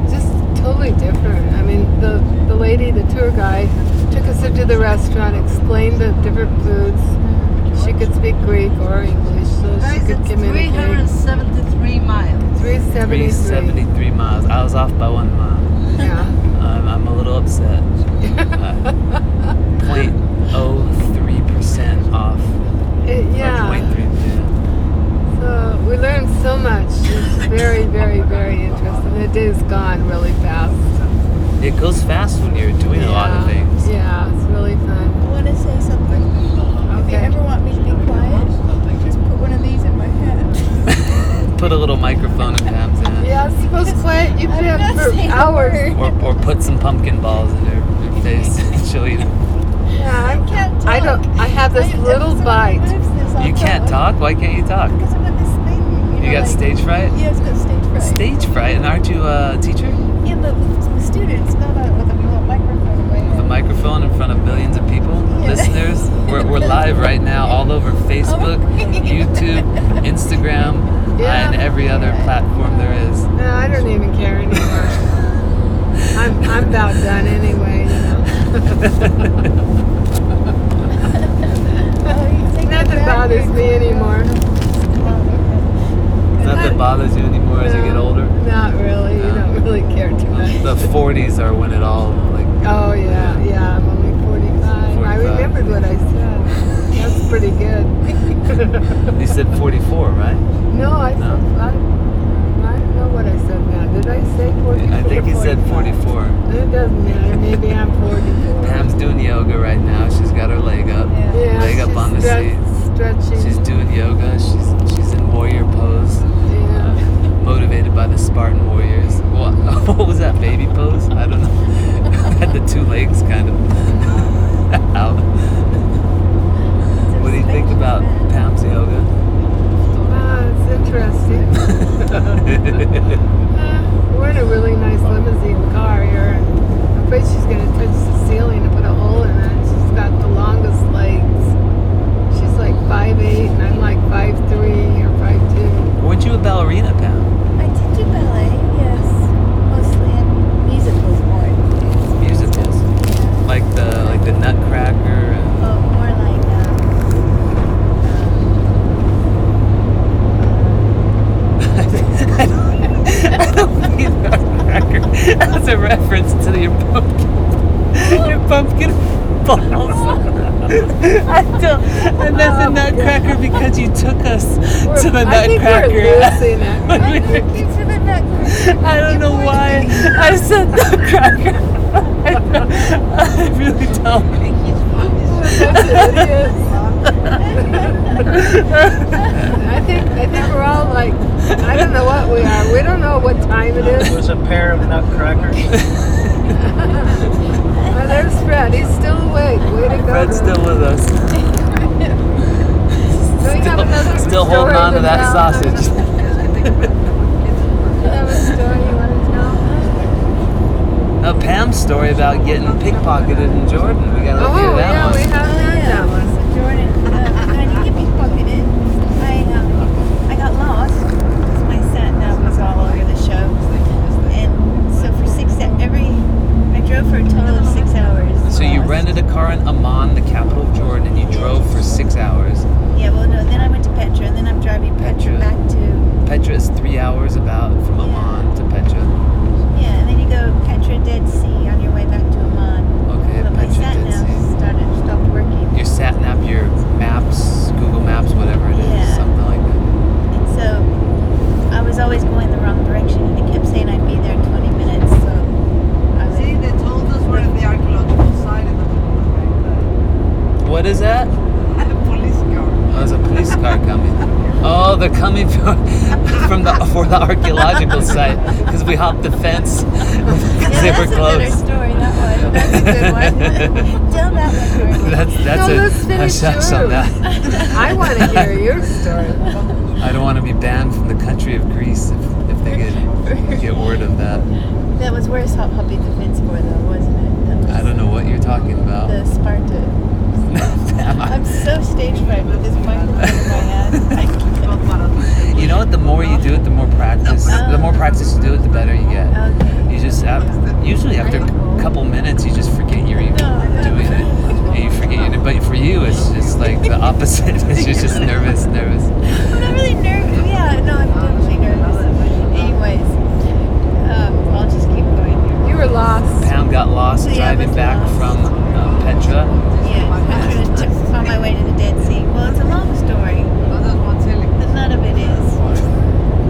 Speaker 4: just totally different. I mean, the, the lady, the tour guide, took us into the restaurant, explained the different foods.
Speaker 1: Mm-hmm.
Speaker 4: She could speak Greek or English, so she
Speaker 6: guys,
Speaker 4: could
Speaker 6: it's
Speaker 4: communicate.
Speaker 6: 373 miles.
Speaker 4: 373.
Speaker 1: 373 miles. I was off by one mile.
Speaker 4: Yeah.
Speaker 1: I'm, I'm a little upset. Point oh three percent off.
Speaker 4: It-
Speaker 1: Or
Speaker 4: yeah.
Speaker 1: 0.3,
Speaker 4: So we learned so much. It's very, very, very interesting. The day's gone really fast.
Speaker 1: yeah. It goes fast when you're doing a lot of
Speaker 4: Yeah.
Speaker 1: things.
Speaker 4: Yeah, it's really fun.
Speaker 2: I want to say something. If you
Speaker 4: Okay.
Speaker 2: ever want me to be quiet, just put one of these in my head.
Speaker 1: Put a little microphone in Pam's hand.
Speaker 4: Yeah, I suppose quiet. You could
Speaker 2: I'm
Speaker 4: have
Speaker 2: not
Speaker 4: for
Speaker 2: saying a
Speaker 4: hours.
Speaker 2: word.
Speaker 1: Or, or put some pumpkin balls in her, her face and she'll eat them.
Speaker 4: Yeah,
Speaker 2: I
Speaker 4: I'm
Speaker 2: can't talk.
Speaker 4: I don't. I have this
Speaker 2: I- if
Speaker 4: little
Speaker 2: someone
Speaker 4: bite.
Speaker 2: moves this, I'll
Speaker 1: You can't talk? Why can't you talk?
Speaker 2: Because I've got this thing. You,
Speaker 1: You
Speaker 2: know,
Speaker 1: got
Speaker 2: like,
Speaker 1: stage fright?
Speaker 2: Yeah, it's got stage fright.
Speaker 1: Stage fright? And aren't you a teacher?
Speaker 2: Yeah, but with students, not a, with a little microphone in
Speaker 1: The
Speaker 2: my head.
Speaker 1: microphone in front of millions of people,
Speaker 2: Yeah.
Speaker 1: listeners. We're, we're live right now all over Facebook, YouTube, Instagram, uh,
Speaker 4: Yeah.
Speaker 1: and every other platform there is.
Speaker 4: No, I don't even care anymore. I'm I'm about done anyway. You
Speaker 2: Oh, you
Speaker 4: know?
Speaker 2: take
Speaker 4: Nothing
Speaker 2: it back.
Speaker 4: bothers me anymore.
Speaker 1: Nothing bothers you anymore as you get
Speaker 4: No,
Speaker 1: older.
Speaker 4: Not really. You don't really care too much.
Speaker 1: The 40s are when it all like
Speaker 4: Oh yeah, yeah. I'm only 45. I
Speaker 1: 45.
Speaker 4: remembered what I said. That's pretty good.
Speaker 1: you said 44, right?
Speaker 4: No, I said
Speaker 1: No.
Speaker 4: I, I don't know what I said now. Did I say 40?
Speaker 1: I think you said 44.
Speaker 4: It doesn't matter. Maybe I'm 44.
Speaker 1: Pam's doing yoga right now. She's got her leg up.
Speaker 4: Yeah,
Speaker 1: Leg up
Speaker 4: she's
Speaker 1: on the
Speaker 4: stre- Stretching.
Speaker 1: She's doing yoga. She's she's in warrior pose, uh,
Speaker 4: yeah.
Speaker 1: motivated by the Spartan warriors. What what was that baby pose? I don't know. Had the two legs kind of out. What do you think about Pam's yoga?
Speaker 4: Wow, Ah, it's interesting. Uh, we're in a really nice limousine car here, and I'm afraid she's going to touch the ceiling and put a hole in it. She's got the longest legs. She's like 5'8", and I'm like 5'3", or 5'2".
Speaker 1: Weren't you a ballerina, Pam?
Speaker 2: I did do ballet, yes. Mostly in musicals more. than
Speaker 1: Musicals,
Speaker 2: dance. Yeah.
Speaker 1: like the like the Nutcracker. and-
Speaker 2: Oh, more like um,
Speaker 1: I don't think Nutcracker. That's a reference to your pumpkin. Your pumpkin balls. I don't, and that's a nutcracker because you took us
Speaker 4: We're-
Speaker 1: to the
Speaker 4: I think we're
Speaker 1: nutcracker.
Speaker 4: losing it.
Speaker 1: When we were-
Speaker 2: Thank you for the necklace.
Speaker 1: I don't know why I said nutcracker. I really don't.
Speaker 4: It is. I think I think we're all like I don't know what we are. We don't know what time it
Speaker 3: It
Speaker 4: is.
Speaker 3: was a pair of nutcrackers.
Speaker 4: Well, there's Fred. He's still awake. Way to go.
Speaker 1: Fred's still with us.
Speaker 4: So we have another
Speaker 1: Still, still holding
Speaker 4: story
Speaker 1: on to that
Speaker 4: tell.
Speaker 1: sausage.
Speaker 4: You have a story you want to tell?
Speaker 1: Now Pam's story about getting pickpocketed in Jordan. We gotta
Speaker 4: Oh,
Speaker 1: hear that
Speaker 4: yeah,
Speaker 1: one.
Speaker 4: we have
Speaker 2: Oh,
Speaker 4: heard
Speaker 2: yeah.
Speaker 4: that one.
Speaker 2: So Jordan, uh, I didn't get pickpocketed. I um, I got lost because my satnav was all over the show, and so for six hou- every I drove for a total of six hours.
Speaker 1: So you
Speaker 2: lost.
Speaker 1: rented a car in Amman, the capital of Jordan, and you drove for six hours.
Speaker 2: Yeah, well, no. Then I went to Petra, and then I'm driving Petra,
Speaker 1: Petra.
Speaker 2: back to
Speaker 1: Petra is three hours about from
Speaker 2: Yeah.
Speaker 1: Amman to Petra.
Speaker 2: yeah, and then you go Petra Dead Sea on your way back to Amman.
Speaker 1: Okay,
Speaker 2: but my
Speaker 1: Petra did see.
Speaker 2: satnav started stopped working.
Speaker 1: Your sat nav, your maps, Google Maps, whatever it is,
Speaker 2: Yeah.
Speaker 1: something like that.
Speaker 2: And so I was always going the wrong direction, and it kept saying I'd be there in 20 minutes. So I was
Speaker 6: See, they told us we're in the archaeological site in the middle of
Speaker 1: What is that?
Speaker 6: the right, uh, police car.
Speaker 1: Oh, there's a police car coming. Oh, they're coming for, from the for the archaeological site because we hopped the fence because they
Speaker 2: yeah,
Speaker 1: were
Speaker 2: that's a better
Speaker 1: closed.
Speaker 2: story. That one.
Speaker 4: That's a good one.
Speaker 2: Tell that one, Jordan.
Speaker 1: that's that's
Speaker 4: No,
Speaker 1: a-
Speaker 4: let's
Speaker 1: a
Speaker 4: finish
Speaker 1: shush on
Speaker 4: yours.
Speaker 1: that.
Speaker 4: I want to hear your story.
Speaker 1: I don't want to be banned from the country of Greece if, if they get get word of that.
Speaker 2: That was worse hop hopping the fence for though, wasn't it? That was
Speaker 1: I don't know what you're talking about.
Speaker 2: the Sparta. I'm so stage fright with this microphone in my hand. I
Speaker 6: Got one of them.
Speaker 1: you know what? The more you do it, the more practice.
Speaker 4: Oh.
Speaker 1: The more practice you do it, the better you get.
Speaker 2: can't- okay.
Speaker 1: You just have, usually after a couple minutes, you just forget you're even doing it. And you forget you're doing it. But for you, it's just like the opposite. It's you're just nervous, nervous.
Speaker 2: I'm not really nervous. Yeah, no, I'm definitely nervous. Anyways, um, I'll just keep going here.
Speaker 4: You were lost.
Speaker 1: Pam got lost
Speaker 2: So, yeah, I
Speaker 1: driving
Speaker 2: was
Speaker 1: back
Speaker 2: lost.
Speaker 1: from uh, Petra.
Speaker 2: Yeah, I tried to tip on my way to the Dead Sea. Well, it's a long story.
Speaker 6: But that's what's telling.
Speaker 2: The nut of it is.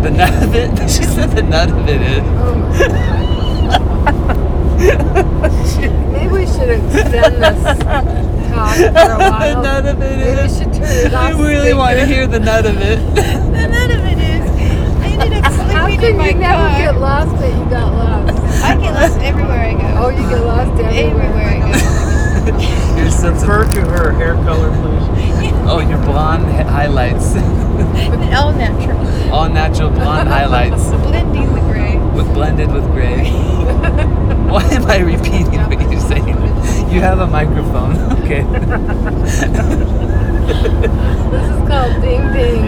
Speaker 1: The nut of it, she said the nut of it is.
Speaker 4: Oh Maybe we should extend this talk for a
Speaker 1: the
Speaker 4: while.
Speaker 1: nut of it
Speaker 4: Maybe we
Speaker 1: is.
Speaker 4: should turn it
Speaker 1: I
Speaker 4: off.
Speaker 1: really want to
Speaker 4: speaker.
Speaker 1: hear the nut of it.
Speaker 2: The nut of it is, I ended up
Speaker 4: How
Speaker 2: sleeping in my
Speaker 4: could you never
Speaker 2: car.
Speaker 4: get lost that you got lost?
Speaker 2: I get lost everywhere I go.
Speaker 4: Oh, you get lost everywhere.
Speaker 2: everywhere I go.
Speaker 1: Your sense of-
Speaker 3: Refer to her hair color, please.
Speaker 1: oh, your blonde hi- highlights.
Speaker 2: All natural.
Speaker 1: All natural blonde highlights
Speaker 2: Blending the gray.
Speaker 1: with blended with gray. Why am I repeating what you're saying? You have a microphone. Okay.
Speaker 4: This is called Ding Ding.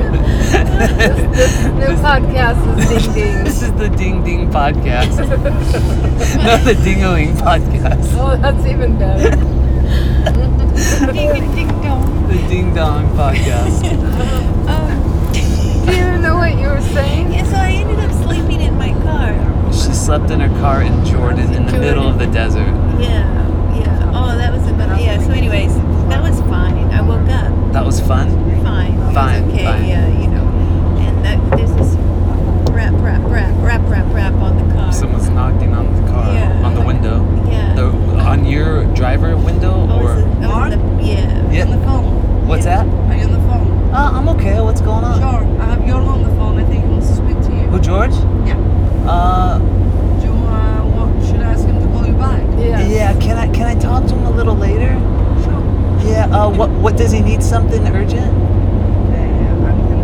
Speaker 4: This new podcast is Ding Ding.
Speaker 1: This is the Ding Ding podcast. Not the Dingoing podcast.
Speaker 4: Oh, that's even better.
Speaker 2: Ding ding ding dong.
Speaker 1: The Ding Dong podcast.
Speaker 2: Um,
Speaker 4: Do you know what you were saying?
Speaker 2: yeah, so I ended up sleeping in my car.
Speaker 1: She slept in her car in Jordan in the middle of the desert.
Speaker 2: Yeah, yeah. Oh, that was about yeah. So, anyways, that was fine. I woke up
Speaker 1: That was fun.
Speaker 2: fine. It was
Speaker 1: Fine,
Speaker 2: okay.
Speaker 1: fine.
Speaker 2: Yeah, you know. And that, there's this rap, rap, rap, rap, rap, rap on the car.
Speaker 1: Someone's knocking on the car,
Speaker 2: Yeah.
Speaker 1: on the window.
Speaker 2: yeah.
Speaker 1: The, on your driver window
Speaker 2: oh,
Speaker 1: or
Speaker 2: is it, oh, is it- yeah.
Speaker 6: Are you on
Speaker 1: yeah.
Speaker 6: the phone?
Speaker 1: What's
Speaker 2: Yeah.
Speaker 1: that?
Speaker 6: Are you on the phone?
Speaker 1: Uh, I'm okay. What's going
Speaker 2: Oh.
Speaker 1: on?
Speaker 6: Sure. I have Jorn on the phone. I think he wants to speak to you.
Speaker 1: Who, George?
Speaker 6: Yeah.
Speaker 1: Uh,
Speaker 6: Do you uh, want, should I ask him to call you back?
Speaker 4: Yeah.
Speaker 1: yeah. Can I can I talk to him a little later?
Speaker 6: Sure.
Speaker 1: Yeah. Uh, what what does he need? Something urgent?
Speaker 6: Uh, I'm gonna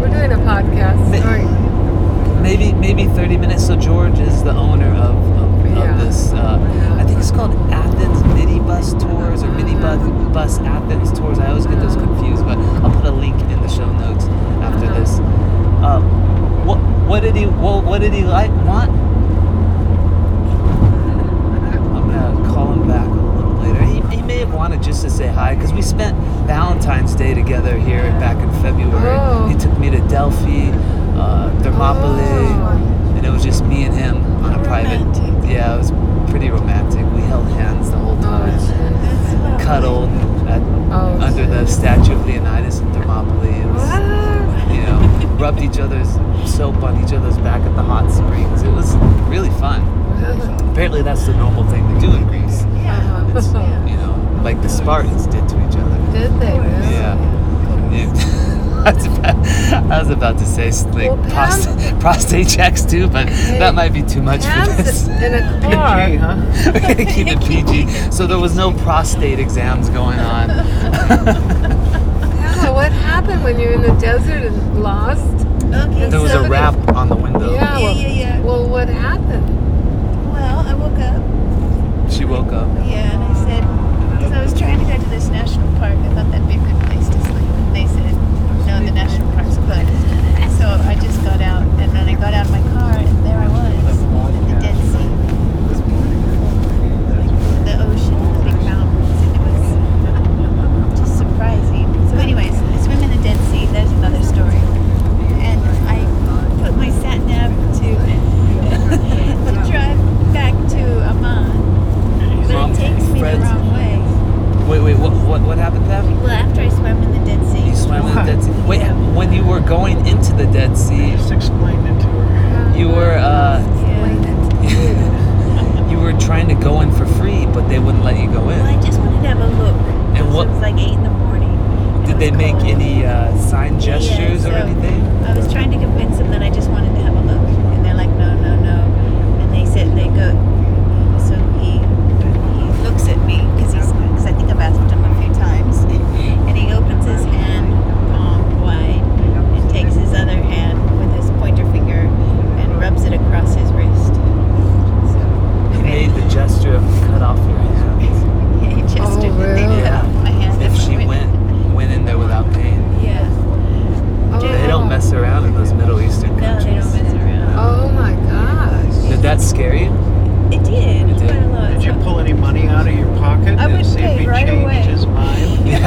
Speaker 4: We're doing a podcast.
Speaker 1: Ma-
Speaker 4: Sorry.
Speaker 1: Maybe maybe 30 minutes. So George is the owner of of,
Speaker 4: Yeah.
Speaker 1: of this. Uh, I think it's called Athens Mini Bus Tours or Mini Bus
Speaker 4: Mm-hmm.
Speaker 1: Bus Athens Tours. I always get those confused, but I'll put a link in the show notes after
Speaker 4: Uh-huh.
Speaker 1: this. Uh, what what did he what, what did he like want? I'm gonna call him back a little later. He, he may have wanted just to say hi because we spent Valentine's Day together here back in February.
Speaker 4: Oh.
Speaker 1: He took me to Delphi, uh, Thermopylae,
Speaker 4: Oh.
Speaker 1: and it was just me and him on a private.
Speaker 2: Romantic.
Speaker 1: Yeah, it was pretty romantic. We held hands the whole time,
Speaker 4: Oh,
Speaker 2: That's lovely.
Speaker 1: cuddled at,
Speaker 4: Oh,
Speaker 1: under the statue of Leonidas in Thermopylae. It was,
Speaker 4: What?
Speaker 1: you know, rubbed each other's soap on each other's back at the hot springs. It was really fun. Apparently, that's the normal thing to do in Greece. It's,
Speaker 4: Uh-huh.
Speaker 1: you know, like the Spartans did to each other.
Speaker 4: Did they? really?
Speaker 1: Yeah. Yeah. I was about, I was about to say like
Speaker 4: Well, pounds-
Speaker 1: prost- prostate checks too, but that might be too much for
Speaker 4: Pounds
Speaker 1: this.
Speaker 4: in a
Speaker 3: PG,
Speaker 4: car.
Speaker 3: huh?
Speaker 1: We're gonna keep it PG. So there was no prostate exams going on.
Speaker 4: Yeah, what happened when you're in the desert and lost?
Speaker 2: Okay.
Speaker 1: There was a
Speaker 4: Somebody-
Speaker 1: rap on the window.
Speaker 4: Yeah.
Speaker 2: Yeah, yeah, yeah.
Speaker 4: Well, what happened?
Speaker 2: Well, I woke up.
Speaker 1: She woke up.
Speaker 2: Yeah, and I said, because I was trying to go to this national park. I thought that'd be a good place to sleep. And they said, no, the national park's closed. So I just got out, and then I got out of my car, and there I was at the Dead Sea. It was beautiful. The ocean, the big mountains, and it was just surprising. So, anyways, I swim in the Dead Sea. There's another story. And I put my sat nav to to drive back to Amman. But it takes me the
Speaker 1: Fred's-
Speaker 2: wrong way.
Speaker 1: Wait, wait, what, what, what happened to that?
Speaker 2: Well, after I swam in the Dead
Speaker 1: You
Speaker 2: Sea,
Speaker 1: swam in the Dead Sea. Wait, when you were going into the Dead Sea,
Speaker 3: Just explained it to her.
Speaker 1: you were uh,
Speaker 2: yeah.
Speaker 1: you were trying to go in for free, but they wouldn't let you go
Speaker 2: Well,
Speaker 1: in.
Speaker 2: I just wanted to have a look.
Speaker 1: And what
Speaker 2: it was like eight in the morning. It
Speaker 1: did
Speaker 2: was
Speaker 1: they make
Speaker 2: cold.
Speaker 1: any uh, sign
Speaker 2: Yeah,
Speaker 1: gestures
Speaker 2: so
Speaker 1: or anything?
Speaker 2: I was trying to convince them that I just wanted to have a look, and they're like, no, no, no. And they said they go. So he he looks at me because he's because I think I've asked him a few times, and he opens his hand palm wide and takes his other hand with his pointer finger and rubs it across his wrist.
Speaker 1: They made the gesture of cut off your hands
Speaker 2: Yeah, he just
Speaker 4: Oh,
Speaker 2: they
Speaker 4: really?
Speaker 2: cut off my hand.
Speaker 1: if
Speaker 2: and
Speaker 1: she went went in there without paying.
Speaker 2: Yeah.
Speaker 4: Oh,
Speaker 1: They don't mess around in those Middle Eastern
Speaker 2: No, they
Speaker 1: countries.
Speaker 2: don't mess around.
Speaker 4: Oh my gosh.
Speaker 1: Did that scare you?
Speaker 2: It did.
Speaker 1: It did.
Speaker 2: Quite a lot.
Speaker 3: Did you pull any money out of your pocket
Speaker 2: I
Speaker 3: and
Speaker 2: would
Speaker 3: see if
Speaker 2: pay
Speaker 3: he
Speaker 2: right
Speaker 3: changed
Speaker 2: away.
Speaker 3: his mind?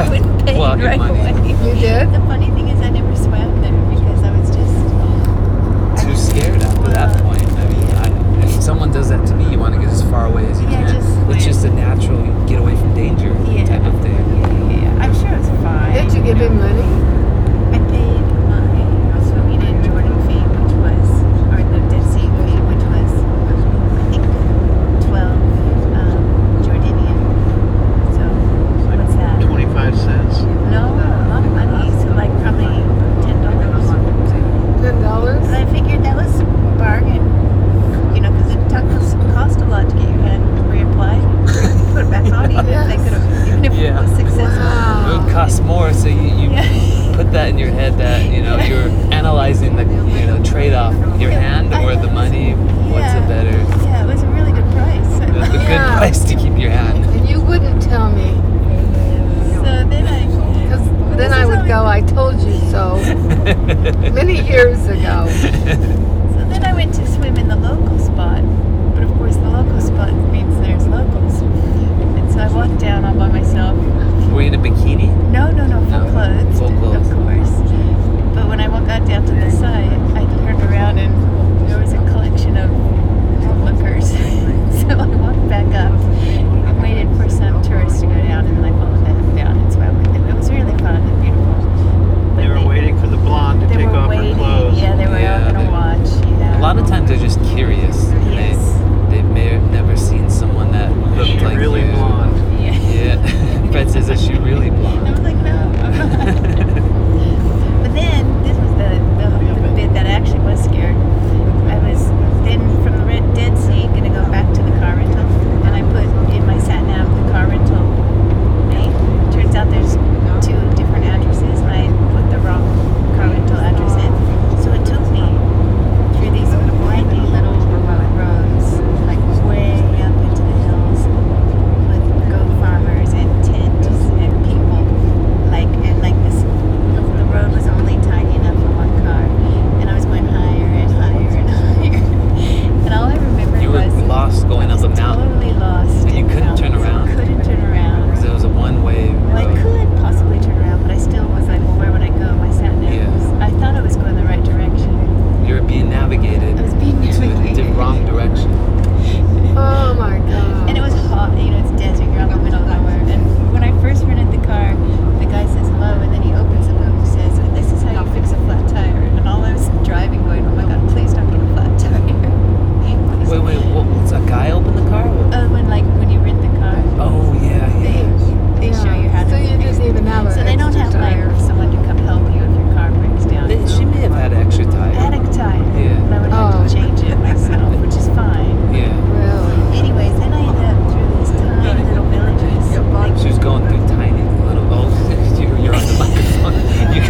Speaker 2: I wouldn't pay
Speaker 1: Well, good
Speaker 2: right
Speaker 1: money.
Speaker 2: away.
Speaker 4: You did?
Speaker 2: The funny thing is, I never swam there because I was just.
Speaker 1: Too scared after that point. I mean, I, if someone does that to me, you want to get as far away as you
Speaker 2: Yeah,
Speaker 1: can.
Speaker 2: just
Speaker 1: it's just a natural get away from danger
Speaker 2: Yeah.
Speaker 1: type of thing.
Speaker 2: Yeah, I'm sure it was fine.
Speaker 4: Did you give him money?
Speaker 2: I paid my swimming in Jordan fee, which was, or the Dead Sea fee, which was, I think, 12 um, Jordanian. So, what's that?
Speaker 3: 25 cents.
Speaker 2: No, a lot of money. So, like, probably $10.
Speaker 4: Ten dollars?
Speaker 2: But I figured that was a bargain, you know, because it took us, cost a lot to get your head reapplied, put it back on, even if they could have, even if
Speaker 1: Yeah.
Speaker 2: it was successful.
Speaker 1: It would
Speaker 4: Wow.
Speaker 1: cost more, so you, you put that in your head that you know you're analyzing the you know trade off your
Speaker 2: Yeah,
Speaker 1: hand
Speaker 2: I
Speaker 1: or the
Speaker 2: know.
Speaker 1: money. What's
Speaker 2: Yeah.
Speaker 1: a better
Speaker 2: Yeah, it was a really good price.
Speaker 1: the, the
Speaker 4: Yeah.
Speaker 1: good place to keep your hand?
Speaker 4: And you wouldn't tell me.
Speaker 2: So then I,
Speaker 4: 'cause then I would go, I told you so. Many years ago.
Speaker 2: so then I went to swim in the local spot, but of course the local spot means there's locals. And so I walked down all by myself.
Speaker 1: Were you in a bikini?
Speaker 2: No, no, no, full
Speaker 1: No,
Speaker 2: clothes,
Speaker 1: full clothes.
Speaker 2: of course. But when I walked out down to the side, I turned around and there was a collection of onlookers. so I walked back up and waited for some tourists to go down, and then I followed them down and swam with them. It was really fun and beautiful. But
Speaker 3: They were waiting for the blonde to
Speaker 2: They
Speaker 3: take
Speaker 2: were
Speaker 3: off
Speaker 2: waiting.
Speaker 3: her clothes.
Speaker 2: Yeah, they were
Speaker 1: Yeah,
Speaker 2: all gonna
Speaker 1: they-
Speaker 2: watch. Yeah.
Speaker 1: A lot of times they're just curious. and
Speaker 2: Yes.
Speaker 1: They they may have never seen someone that
Speaker 3: Is
Speaker 1: looked
Speaker 3: she
Speaker 1: like
Speaker 3: really
Speaker 1: you.
Speaker 3: blonde?
Speaker 2: Yeah.
Speaker 1: Yeah, Fred says, "Is she really
Speaker 2: I
Speaker 1: blonde?"
Speaker 2: was like, no, I'm not. But then this was the, the, the bit that I actually was scared. I was then from the Red Dead Sea gonna go back to the car rental, and I put in my sat nav the car rental
Speaker 4: Oh
Speaker 2: "Oh Uh, Oh,
Speaker 1: Oh,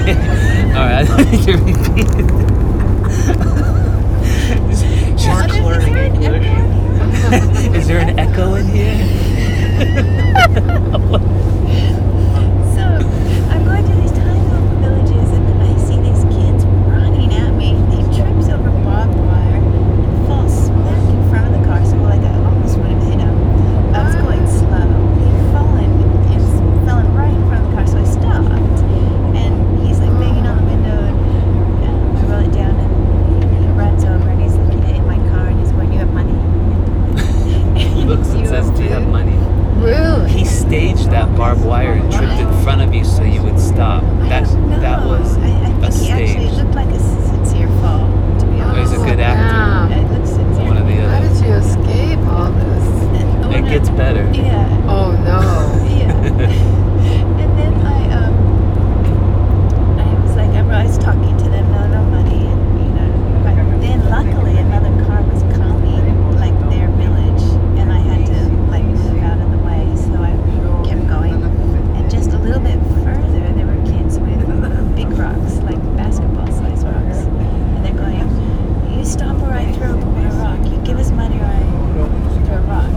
Speaker 1: staged that barbed wire and tripped in front of you so you would stop.
Speaker 2: I
Speaker 1: That
Speaker 2: don't know.
Speaker 1: that was
Speaker 2: I, I
Speaker 1: a
Speaker 2: think he actually
Speaker 1: stage.
Speaker 2: looked like a sincere fall, to be
Speaker 1: He's
Speaker 2: honest. Um,
Speaker 1: a good actor.
Speaker 4: Yeah.
Speaker 2: It looks sincere.
Speaker 1: One or the
Speaker 4: Oh, How
Speaker 1: other.
Speaker 4: did you escape all this?
Speaker 2: And- oh,
Speaker 1: It
Speaker 2: no.
Speaker 1: gets better.
Speaker 2: Yeah.
Speaker 4: Oh no.
Speaker 2: Yeah. and then I um I was like I was talking to them, no no money and you know but then luckily another car was coming like their village and I had to like move out of the way so I kept going. And just a little bit further there were kids with big rocks, like basketball sized rocks. And they're going, You stop or I throw a rock, you give us money or I throw a rock.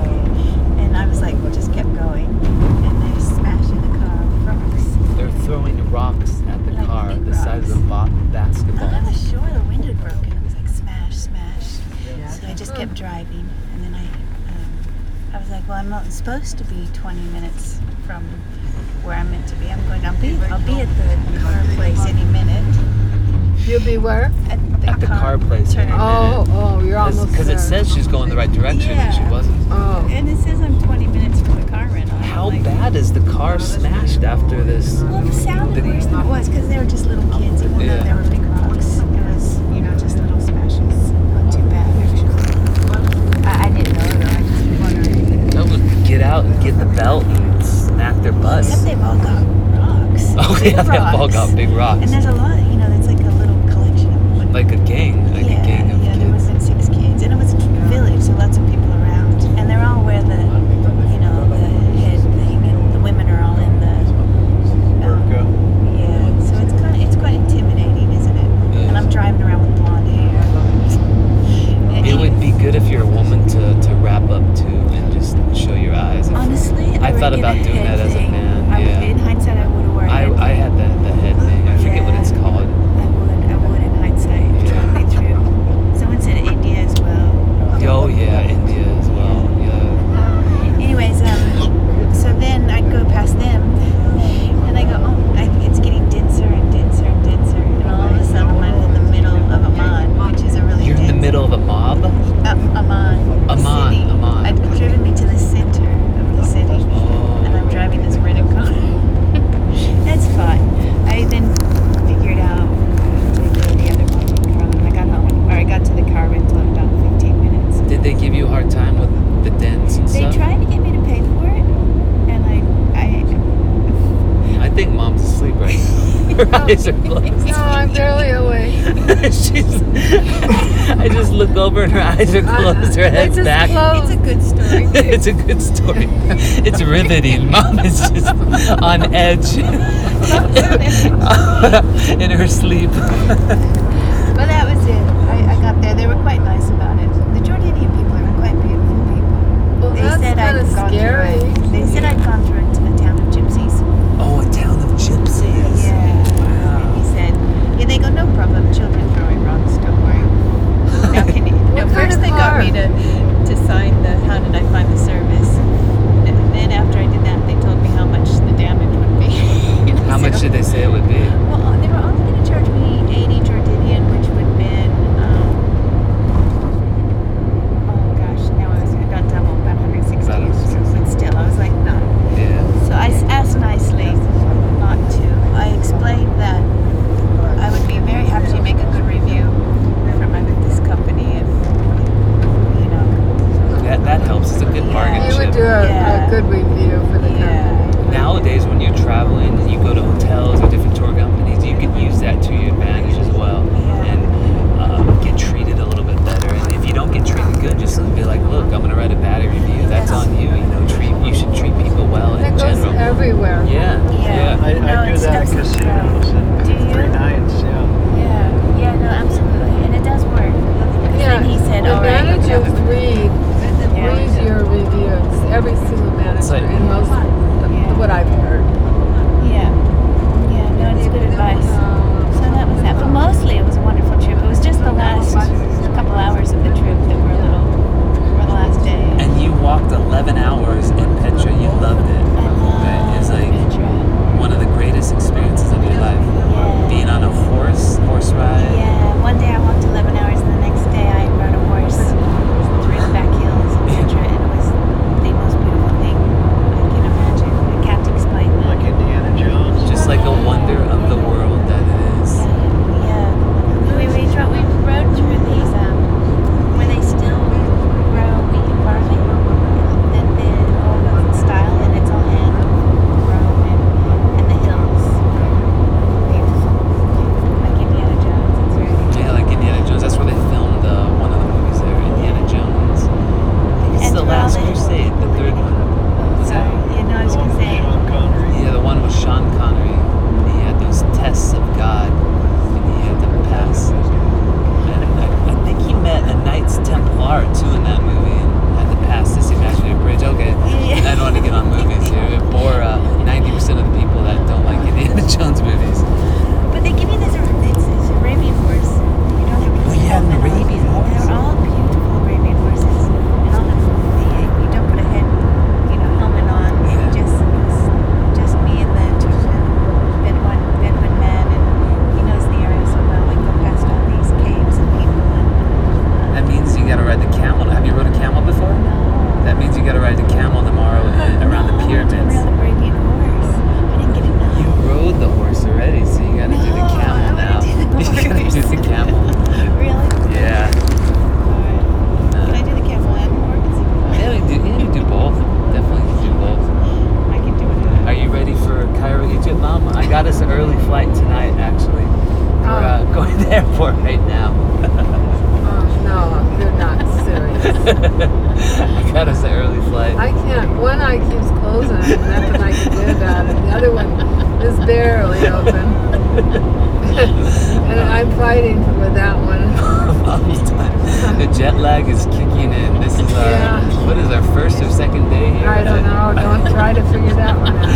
Speaker 2: And I was like, just kept going. And they smashed in the car with rocks.
Speaker 1: They're throwing rocks at the
Speaker 2: Like
Speaker 1: car
Speaker 2: big
Speaker 1: the size of ba-
Speaker 2: And I
Speaker 1: basketballs.
Speaker 2: was sure the window had broken. It was like smash, smash. So I just kept driving. And then I, um, I was like, well, I'm not supposed to be 20 minutes from where I'm meant to be. I'm going, I'll be, I'll be at the car place any minute.
Speaker 4: You'll be where?
Speaker 2: At the,
Speaker 1: At the car place
Speaker 2: turn.
Speaker 1: any minute.
Speaker 4: Oh, oh, you're almost
Speaker 1: Because
Speaker 4: there.
Speaker 1: it says she's going the right direction and she
Speaker 2: Yeah.
Speaker 1: wasn't.
Speaker 4: Oh.
Speaker 7: And it says I'm 20 minutes from the car rental. I'm
Speaker 1: How
Speaker 7: like,
Speaker 1: bad is the car smashed after this?
Speaker 2: Well, it sounded worse than it was because they were just little kids, even
Speaker 1: Yeah.
Speaker 2: though they were big rocks. It was, you know, just little smashes. Not too bad, actually. I, I didn't know though. I just was wondering.
Speaker 1: No, get out and get the belt and smack their
Speaker 2: Except
Speaker 1: butts.
Speaker 2: they've all got rocks.
Speaker 1: Oh
Speaker 2: Big
Speaker 1: yeah, they
Speaker 2: rocks.
Speaker 1: all got big
Speaker 2: And
Speaker 1: rocks.
Speaker 2: there's a lot, you know, that's like a little collection of wood.
Speaker 1: Like a gang, like
Speaker 2: yeah,
Speaker 1: a gang of
Speaker 2: yeah, there
Speaker 1: kids.
Speaker 2: was like six kids. And it was a village, so lots of people around. And they're all where the, you know, the head thing and the women are all in the. um,
Speaker 3: Burka.
Speaker 2: Yeah, so it's kind of, it's quite intimidating, isn't it?
Speaker 1: Yeah.
Speaker 2: And I'm driving around with blonde hair.
Speaker 1: It would be good if you're a woman to, to wrap up to and just show your eyes.
Speaker 2: honestly.
Speaker 1: I thought
Speaker 2: would get
Speaker 1: about
Speaker 2: a
Speaker 1: doing
Speaker 2: head
Speaker 1: that as a
Speaker 2: thing.
Speaker 1: man,
Speaker 2: I would-
Speaker 1: yeah.
Speaker 2: in hindsight, I would have worn.
Speaker 1: I,
Speaker 2: it.
Speaker 1: I had the, the head thing. I forget what it's
Speaker 2: Yeah.
Speaker 1: called.
Speaker 2: I would. I would in hindsight. Totally true. Someone said India as well.
Speaker 1: Oh yeah, India as well. Yeah.
Speaker 2: Anyways, um, so then I go past them, and I go, oh, I, it's getting denser and denser and denser, and all of a sudden I'm in the middle of Amman, which is a really
Speaker 1: You're in
Speaker 2: dense
Speaker 1: the middle of a mob.
Speaker 2: up Uh, Amman.
Speaker 1: Amman,
Speaker 2: city.
Speaker 1: Amman.
Speaker 2: I'd driven me to the center of the city, and I'm
Speaker 1: Oh.
Speaker 2: driving this rental car. That's fine. I then figured out to go to the other one from. I got home, or I got to the car rental in about 15 minutes.
Speaker 1: Did they give you a hard time with the dens and
Speaker 2: They
Speaker 1: stuff?
Speaker 2: tried to get me to pay for it, and I,
Speaker 1: I think mom's asleep right now. Her eyes are closed.
Speaker 4: No, I'm barely awake.
Speaker 1: She's. I just look over and her eyes are closed. Her
Speaker 4: It's
Speaker 1: head's
Speaker 4: just
Speaker 1: back.
Speaker 2: I it's
Speaker 4: closed.
Speaker 2: a good story.
Speaker 1: it's a good story. It's riveting. Mom is just on edge in her sleep.
Speaker 2: Well, that was it. I, I got there. They were quite nice about it. The Jordanian people are quite beautiful people.
Speaker 4: Well,
Speaker 2: They
Speaker 4: that's
Speaker 2: said
Speaker 4: kind
Speaker 2: I'd
Speaker 4: of
Speaker 2: gone
Speaker 4: scary.
Speaker 2: through. A, they said I'd gone through a, a town of gypsies.
Speaker 1: Oh, a town of gypsies.
Speaker 2: Yeah. He said, yeah, they go, no problem, children throwing rocks, don't worry. Now, can you, no,
Speaker 4: kind
Speaker 2: first
Speaker 4: of
Speaker 2: they got
Speaker 4: car?
Speaker 2: me to, to sign the, how did I find the service? And then after I did that, they told me how much the damage would be.
Speaker 1: How much
Speaker 2: So-
Speaker 1: did they say it would be?
Speaker 2: Well, uh, they were only going to charge me 80 Jordanian, which would mean, um, oh gosh, now I was about double, about 160.
Speaker 1: About 160.
Speaker 2: But still, I was like, no.
Speaker 1: Yeah. um,
Speaker 4: uh,
Speaker 2: um,
Speaker 1: uh, uh, uh,
Speaker 2: Oh, uh, oh,
Speaker 4: Oh, nothing I could do about it. The other one is barely open. and I'm fighting for that one.
Speaker 1: the jet lag is kicking in. This is our
Speaker 4: Yeah.
Speaker 1: what is our first or second day here?
Speaker 4: I don't know. Don't try to figure that one out.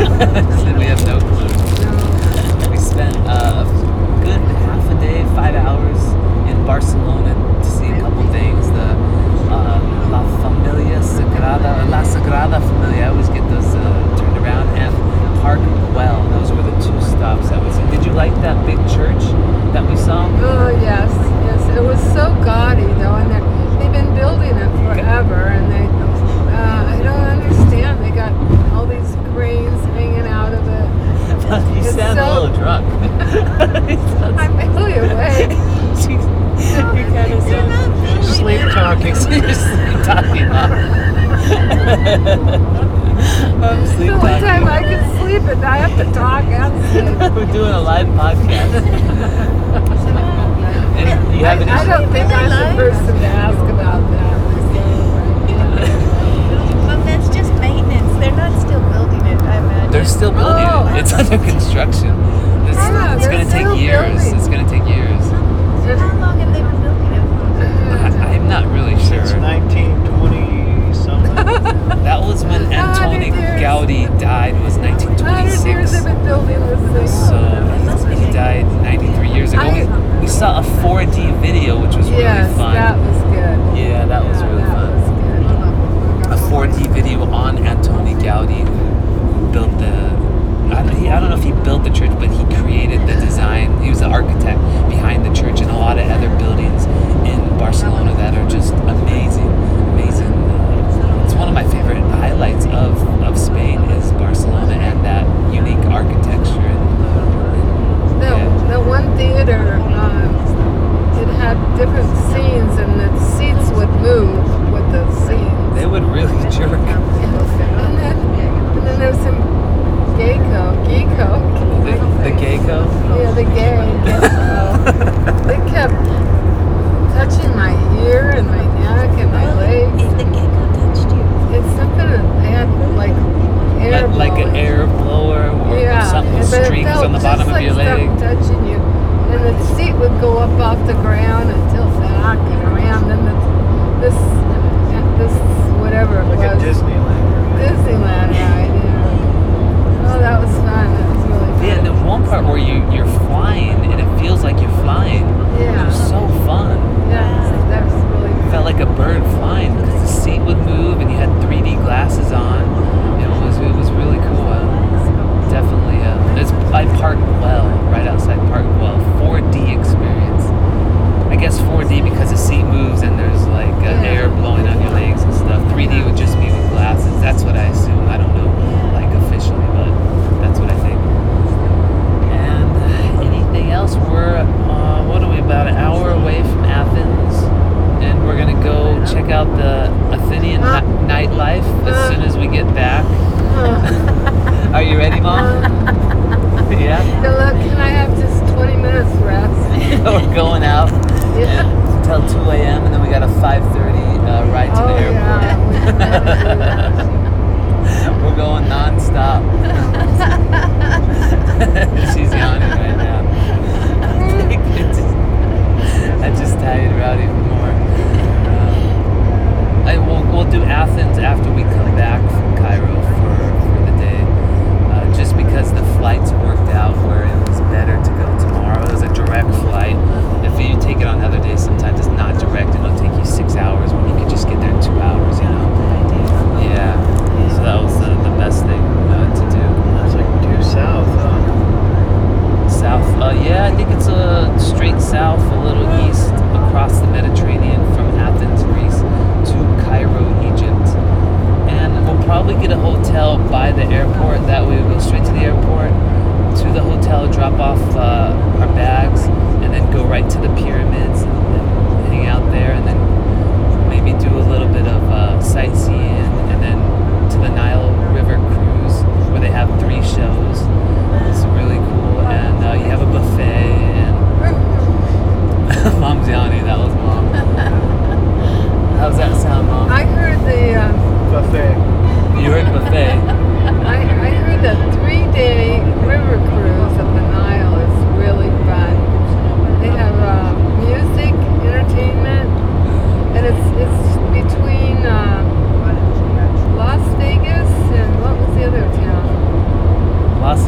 Speaker 1: Said we have no clue.
Speaker 4: No.
Speaker 1: We spent uh, a good half a day, five hours in Barcelona to see a couple things. The uh, La Familia Sagrada, La Sagrada Familia. I always get those uh, turned around. And Park Well. Those were the two stops I was in. Did you like that big church that we saw?
Speaker 4: Oh yes, yes. It was so gaudy though, and they're- they've been building it forever, and they, uh, I don't understand. They got all these grains hanging out of it.
Speaker 1: you
Speaker 4: It's
Speaker 1: sound a
Speaker 4: so-
Speaker 1: little drunk.
Speaker 4: I'm really awake.
Speaker 1: you kind of sound.
Speaker 3: Sleep talking.
Speaker 1: Seriously, talking about. I'm
Speaker 4: It's the
Speaker 1: sleep
Speaker 4: one Um, time
Speaker 1: talking.
Speaker 4: I can sleep, and I have to talk and sleep.
Speaker 1: We're doing a live podcast. and you
Speaker 4: I,
Speaker 1: haven't.
Speaker 4: I don't think I'm the person to ask about that.
Speaker 2: But that's just maintenance. They're not still building it, I imagine.
Speaker 1: They're still building
Speaker 4: Oh.
Speaker 1: it. It's under construction. It's,
Speaker 4: Yeah,
Speaker 1: it's gonna
Speaker 4: they're
Speaker 1: take
Speaker 4: still
Speaker 1: years.
Speaker 4: building.
Speaker 1: It's gonna take years.
Speaker 2: How long have they been building it for?
Speaker 1: I, I'm not really sure.
Speaker 3: It's 1920 something.
Speaker 1: That was when Antoni
Speaker 4: Hundred years.
Speaker 1: Gaudi died. Was
Speaker 4: Hundred years
Speaker 1: 1926.
Speaker 4: they've been building this thing.
Speaker 1: So he died 93 years ago.
Speaker 4: I-
Speaker 1: we, we saw a 4D video, which was
Speaker 4: Yes,
Speaker 1: really fun.
Speaker 4: that was good.
Speaker 1: yeah, that was
Speaker 4: Yeah,
Speaker 1: really
Speaker 4: that
Speaker 1: fun. A
Speaker 4: was good.
Speaker 1: 4D video on Antoni Gaudi, who built the. I don't, he, I don't know if he built the church, but he created the design. He was the architect behind the church and a lot of other buildings in Barcelona that are just amazing, amazing. uh, It's one of my favorite highlights of, of Spain is Barcelona and that unique architecture. And, and,
Speaker 4: The,
Speaker 1: yeah.
Speaker 4: the one theater, um, it had different scenes and the seats would move with the scenes.
Speaker 1: They would really jerk.
Speaker 4: And then, and then there was some gayco, geeko.
Speaker 1: The, the gecko.
Speaker 4: Yeah, the gay gecko. they kept touching my ear and my neck and my legs.
Speaker 2: If the gecko touched you.
Speaker 4: It's something that they had like air
Speaker 1: Like, like an
Speaker 4: blowing.
Speaker 1: air blower or
Speaker 4: Yeah,
Speaker 1: something,
Speaker 4: but it
Speaker 1: strings
Speaker 4: felt
Speaker 1: on the bottom
Speaker 4: just
Speaker 1: of your
Speaker 4: like
Speaker 1: leg.
Speaker 4: something touching you, and the seat would go up off the ground and tilt back and around. Then the, this, this whatever it
Speaker 3: Like at
Speaker 4: was,
Speaker 3: Disneyland. right?
Speaker 4: Disneyland ride. Yeah. Oh, that was fun. That was really fun.
Speaker 1: Yeah, and there's one part where you you're flying and it feels like you're flying. It was
Speaker 4: yeah,
Speaker 1: so fun.
Speaker 4: yeah, that was really.
Speaker 1: It felt like a bird flying because the seat would move and you had 3D glasses on. It was it was really cool. Uh, definitely, uh, it's by Park Well, right outside Park Well. 4D experience. I guess 4D because the seat moves and there's like uh,
Speaker 4: Yeah.
Speaker 1: air blowing on your legs and stuff. 3D would just be with glasses. That's what I assume. I don't know like officially, but that's what I think. And uh, anything else? We're uh, what are we about an hour away from Athens, and we're gonna go check out the Athenian
Speaker 4: Uh,
Speaker 1: ni- nightlife as
Speaker 4: uh,
Speaker 1: soon as we get back.
Speaker 4: Huh.
Speaker 1: Are you ready, mom?
Speaker 4: Um,
Speaker 1: yeah,
Speaker 4: so look, can I have just 20 minutes rest?
Speaker 1: we're going out
Speaker 4: Yeah.
Speaker 1: till 2 a.m. and then we got a 5:30 uh, ride to
Speaker 4: Oh,
Speaker 1: the airport.
Speaker 4: yeah. we gotta do that.
Speaker 1: We're going non-stop. She's yawning right now. I just, I just tired her out even more. Um, I, we'll, we'll do Athens after we come back from Cairo for, for the day. Uh, just because the flights worked out where it was better to go tomorrow. It was a direct flight. If you take it on another day, sometimes it's not direct. It'll take you six hours when you could just get there in two hours, you know? Yeah. So that was the, the best thing uh, to do. uh, uh, uh, uh,
Speaker 4: um, um, um,
Speaker 1: Las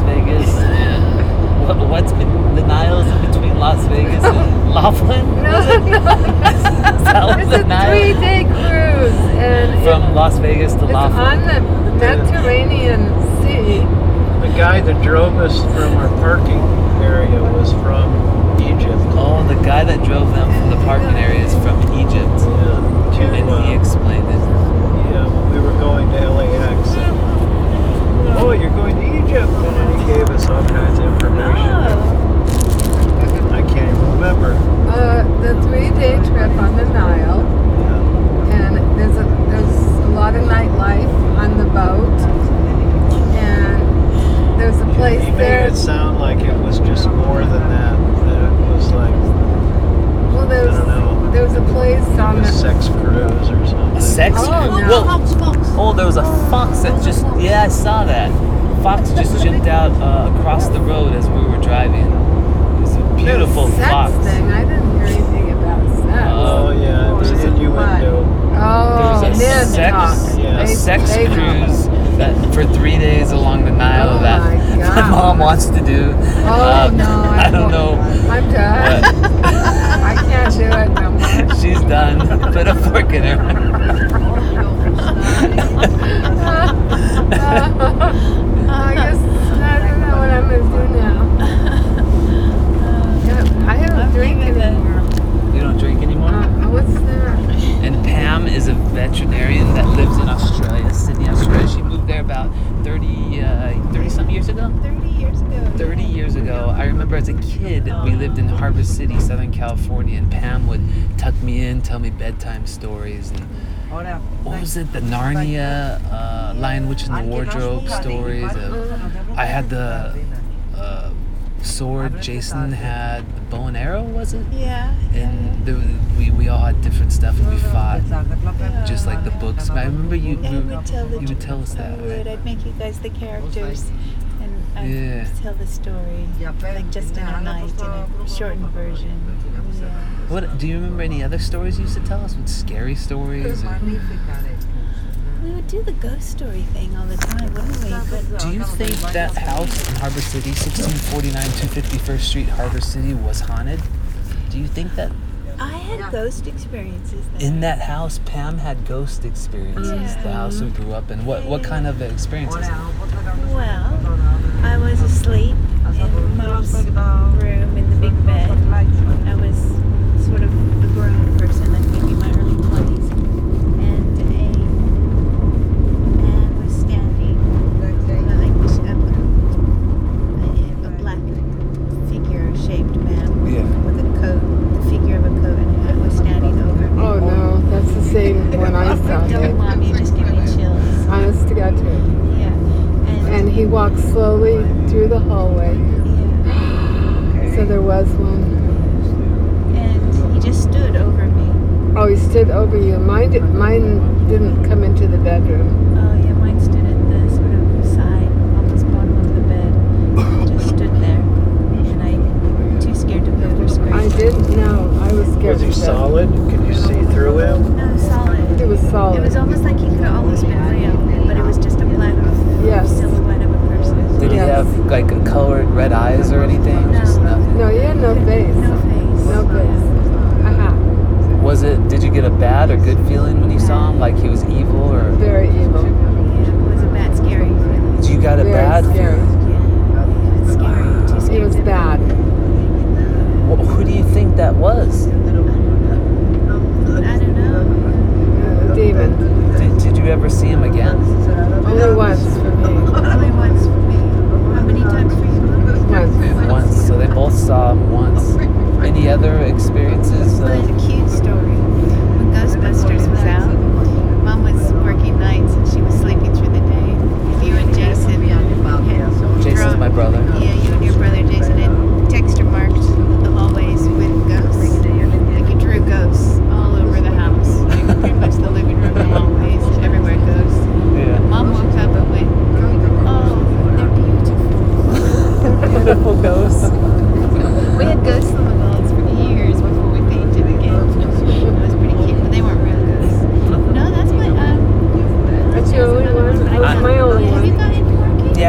Speaker 1: Vegas. what, what's been, the Nile is in between Las Vegas and Laughlin?
Speaker 4: No,
Speaker 1: South of
Speaker 4: it's
Speaker 1: the
Speaker 4: a
Speaker 1: Nile.
Speaker 4: three-day cruise, and it-
Speaker 1: From Las Vegas to
Speaker 4: it's
Speaker 1: Laughlin.
Speaker 4: on the Mediterranean Sea.
Speaker 3: The guy that drove us from our parking area was from Egypt.
Speaker 1: Oh, the guy that drove them from the parking area is from Egypt.
Speaker 3: Yeah, to,
Speaker 1: And he
Speaker 3: uh,
Speaker 1: explained it.
Speaker 3: Yeah, when we were going to LAX. And, oh, you're going to Egypt. And then he gave us all kinds of information. I can't even remember.
Speaker 4: Uh, the three-day trip on the Nile,
Speaker 3: Yeah.
Speaker 4: and there's a, there's a lot of nightlife on the boat, and there's a place
Speaker 3: he made
Speaker 4: there.
Speaker 3: it sound like it was just more than that. That it was like I
Speaker 4: Well,
Speaker 3: don't
Speaker 4: there's
Speaker 3: know,
Speaker 4: there was a place on
Speaker 3: a
Speaker 4: the.
Speaker 3: sex cruise or something.
Speaker 1: A sex
Speaker 4: Oh,
Speaker 1: cruise?
Speaker 4: no.
Speaker 1: Well, oh, there was a fox that just, yeah, I saw that. Fox just jumped out uh, across the road as we were driving. It was a beautiful
Speaker 4: sex
Speaker 1: fox.
Speaker 4: thing. I didn't hear anything about sex.
Speaker 3: Oh yeah,
Speaker 4: Oh,
Speaker 3: it was
Speaker 4: it's
Speaker 3: innuendo.
Speaker 4: Oh,
Speaker 1: There was a
Speaker 4: men
Speaker 1: sex-
Speaker 4: talk.
Speaker 3: yeah,
Speaker 1: a
Speaker 4: They-
Speaker 1: sex
Speaker 4: they talk.
Speaker 1: cruise that for three days along the Nile
Speaker 4: Oh
Speaker 1: that
Speaker 4: my
Speaker 1: my,
Speaker 4: God.
Speaker 1: mom wants to do.
Speaker 4: Oh
Speaker 1: Um,
Speaker 4: no!
Speaker 1: I don't
Speaker 4: won't.
Speaker 1: know.
Speaker 4: I'm done.
Speaker 1: But
Speaker 4: I can't do it no more.
Speaker 1: she's done. Put a fork in her.
Speaker 4: Uh, I guess I don't know what I'm gonna do now. Yeah, I haven't drink anymore.
Speaker 1: You don't drink anymore.
Speaker 4: Uh, what's that?
Speaker 1: And Pam is a veterinarian that lives in Australia, Sydney, Australia. She moved there about 30, uh, 30 some years ago.
Speaker 2: 30 years ago.
Speaker 1: 30 years ago, I remember as a kid, we lived in Harbor City, Southern California, and Pam would tuck me in, tell me bedtime stories. And what was it? The Narnia, uh, Lion, Witch, and the Wardrobe stories. Of, I had the uh, sword, Jason had the bow and arrow, was it?
Speaker 2: Yeah.
Speaker 1: And there, was- we, we all had different stuff and we fought, just like the books. But I remember you,
Speaker 2: And I would tell the
Speaker 1: you would tell us that.
Speaker 2: I would.
Speaker 1: right?
Speaker 2: I'd make you guys the characters, and I'd
Speaker 1: Yeah.
Speaker 2: tell the story, like just in a night, in a shortened version.
Speaker 1: What do you remember? Any other stories you used to tell us? What scary stories? or-
Speaker 2: We would do the ghost story thing all the time, wouldn't we? But
Speaker 1: Do you think that house in Harbor City, 1649 251st Street, Harbor City, was haunted? Do you think that
Speaker 2: I had ghost experiences. Then.
Speaker 1: in that house Pam had ghost experiences? The house we grew up in. What what kind of experiences?
Speaker 2: Well, I was asleep in mom's room in the big bed. I was sort of a grown person, like maybe my early twenties, and a man was standing, uh, like this, um, a, a black figure-shaped man
Speaker 1: Yeah.
Speaker 2: with a coat, the figure of a coat, and a hat was standing over me.
Speaker 4: Oh no, that's the same one I saw.
Speaker 2: Don't
Speaker 4: too.
Speaker 2: mom, you just give me chills.
Speaker 4: Honest to God, too.
Speaker 2: Yeah, and,
Speaker 4: And he walked slowly through the hallway.
Speaker 2: yeah,
Speaker 4: So there was one.
Speaker 2: and he just stood over me.
Speaker 4: Oh, he stood over you. Mine, di- mine didn't come into the bedroom.
Speaker 2: Oh yeah, mine stood at the sort of side, almost bottom of the bed, just stood there, and I too scared to move or scream.
Speaker 4: I didn't know. I was scared.
Speaker 3: Was he
Speaker 4: to death.
Speaker 3: solid? Could you see through him?
Speaker 2: No, solid.
Speaker 4: He was
Speaker 2: It
Speaker 4: solid.
Speaker 2: was almost like he could have almost been real, but it was just a black
Speaker 4: Yes.
Speaker 2: silhouette of a person.
Speaker 1: Did he
Speaker 4: Yes.
Speaker 1: have like colored red eyes or anything?
Speaker 2: No.
Speaker 1: Just nothing.
Speaker 4: No, he had no
Speaker 2: No
Speaker 4: face.
Speaker 2: face.
Speaker 4: No face. Uh-huh.
Speaker 1: Was it? Did you get a bad or good feeling when you saw him? Like he was evil, or
Speaker 4: Very evil.
Speaker 2: Yeah, it was a bad, scary feeling.
Speaker 1: do you got a
Speaker 4: Very
Speaker 1: bad?
Speaker 4: scary.
Speaker 2: Yeah, it was scary. Too
Speaker 4: It
Speaker 2: scared
Speaker 4: was
Speaker 2: to move.
Speaker 4: bad.
Speaker 1: Wh- who do you think that was?
Speaker 2: I don't know.
Speaker 4: Uh, demon.
Speaker 1: Did, did you ever see him again?
Speaker 4: Only once for me.
Speaker 2: Only once for me. How many times for you?
Speaker 4: Once.
Speaker 1: Once. So they both saw him once. Any other experiences?
Speaker 2: Well,
Speaker 1: Of,
Speaker 2: there's a cute story. When Ghostbusters was out, Mom was working nights and she was sleeping through the day. And you and Jason had
Speaker 1: Jason's
Speaker 2: drawn-
Speaker 1: my brother.
Speaker 2: Yeah, you and your brother Jason had texter marked the hallways with ghosts. Like you drew ghosts all over the house. Like pretty much the living room, the hallways, everywhere ghosts.
Speaker 1: Yeah.
Speaker 2: Mom woke up and went,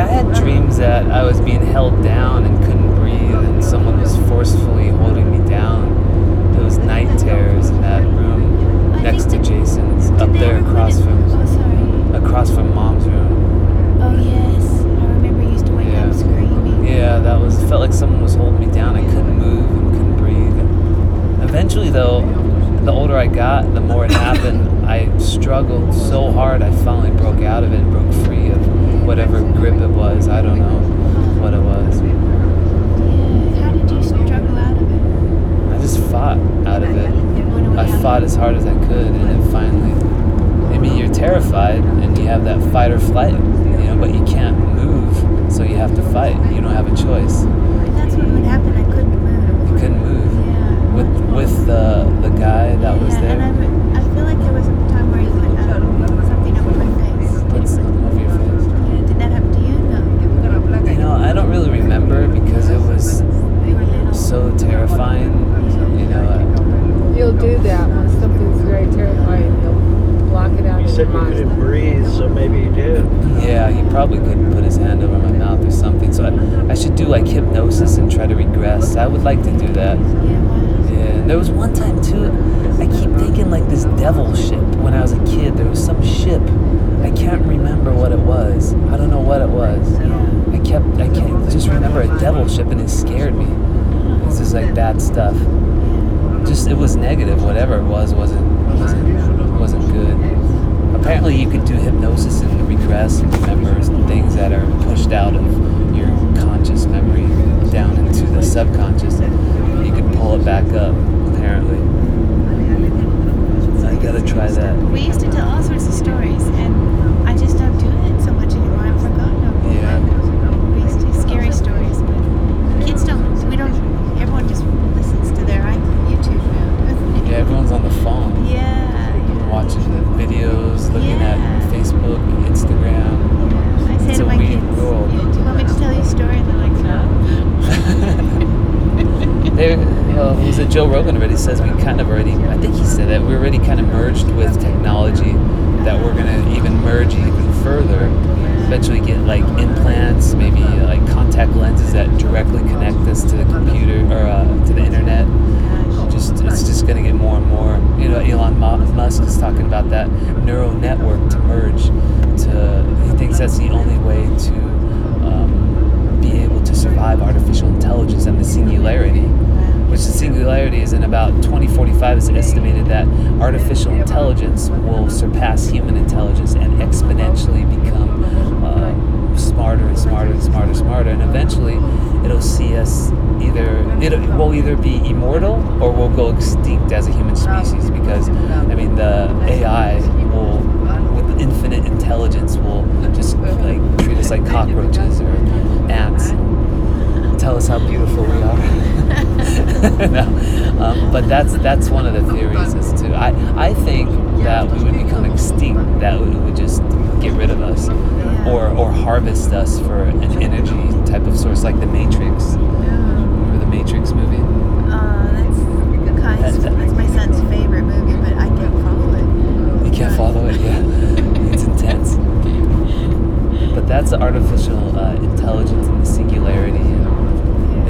Speaker 2: uh,
Speaker 1: dreams that I was being held down and couldn't breathe, and someone was forcefully holding me down. Those night terrors in that room
Speaker 2: I
Speaker 1: next to
Speaker 2: think
Speaker 1: Jason's, up
Speaker 2: Did they
Speaker 1: there
Speaker 2: record
Speaker 1: across
Speaker 2: it?
Speaker 1: from
Speaker 2: Oh, sorry.
Speaker 1: across from mom's room.
Speaker 2: Oh, yes. I remember you used to wake
Speaker 1: Yeah.
Speaker 2: up screaming.
Speaker 1: Yeah, that was felt like someone was holding me down. I couldn't move and couldn't breathe. And eventually, though, the older I got, the more it happened. I struggled so hard. I finally broke out of it and broke free of whatever grip it was. I don't know what it was.
Speaker 2: Yeah. How did you struggle out of it?
Speaker 1: I just fought out of it.
Speaker 2: When we
Speaker 1: I
Speaker 2: had-
Speaker 1: fought as hard as I could, and then finally, I mean, you're terrified, and you have that fight or flight, you know, but you can't move, so you have to fight. You don't have a choice.
Speaker 2: That's what would happen. I couldn't move.
Speaker 1: You couldn't move.
Speaker 2: Yeah.
Speaker 1: With with the the guy that was
Speaker 2: yeah,
Speaker 1: there,
Speaker 2: And I, re- I feel like there was a time where you put um, something over my face.
Speaker 1: put something over your face.
Speaker 2: Yeah, did that happen to you? No.
Speaker 1: You know, I don't really remember because it was
Speaker 2: We were little.
Speaker 1: so terrifying. You know,
Speaker 4: You'll do that when something's very terrifying. You'll block it
Speaker 3: You
Speaker 4: out of your
Speaker 3: said you
Speaker 4: mind.
Speaker 3: couldn't breathe, so maybe you did.
Speaker 1: yeah, he probably couldn't put his hand over my mouth or something. So I, I should do like hypnosis and try to regress. I would like to do that.
Speaker 2: Yeah, wow.
Speaker 1: Yeah, and there was one time too. I keep thinking like this devil ship. When I was a kid, there was some ship. I can't remember what it was. I don't know what it was. I kept, I can't just remember a devil ship, and it scared me. It's just like bad stuff. Just it was negative. Whatever it was, wasn't wasn't wasn't good. Apparently, you could do hypnosis and regress and remember things that are pushed out of your conscious memory down into the subconscious. You could pull it back up. Apparently, I gotta try that.
Speaker 2: We used to tell all sorts of stories, and I just don't do it so much anymore. I've forgotten them.
Speaker 1: Yeah.
Speaker 2: We used to scary stories, but kids don't. We don't. Everyone just listens to their i- YouTube now.
Speaker 1: Yeah, everyone's on the phone,
Speaker 2: yeah.
Speaker 1: watching the videos, looking
Speaker 2: Yeah.
Speaker 1: at Facebook, Instagram.
Speaker 2: I say
Speaker 1: It's
Speaker 2: to
Speaker 1: a
Speaker 2: my
Speaker 1: weird
Speaker 2: kids,
Speaker 1: world.
Speaker 2: "Do you want me to tell you a story?" And they're like, "No."
Speaker 1: there, well, was it Joe Rogan already says we kind of already, I think he said that we're already kind of merged with technology, that we're going to even merge even further, eventually get like implants, maybe like contact lenses that directly connect us to the computer or uh, to the internet. Just, it's just going to get more and more. You know, Elon Mu- Musk is talking about that neural network to merge. To he thinks that's the only way to um, be able to survive artificial intelligence and the singularity which the singularity is in about 2045 is estimated that artificial intelligence will surpass human intelligence and exponentially become uh, smarter and smarter and smarter and smarter and eventually it'll see us either it will either be immortal or we'll go extinct as a human species because i mean the ai will with infinite intelligence will just like treat us like cockroaches or ants tell us how beautiful we are. no. um, but that's that's one of the theories as to I, I think that we would become extinct, that it would just get rid of us or, or harvest us for an energy type of source like the Matrix. Remember the Matrix movie?
Speaker 2: Uh, that's Kai's, that's my son's favorite movie, but I can't follow it.
Speaker 1: You can't follow it, yeah. it's intense. But that's the artificial uh, intelligence and the singularity.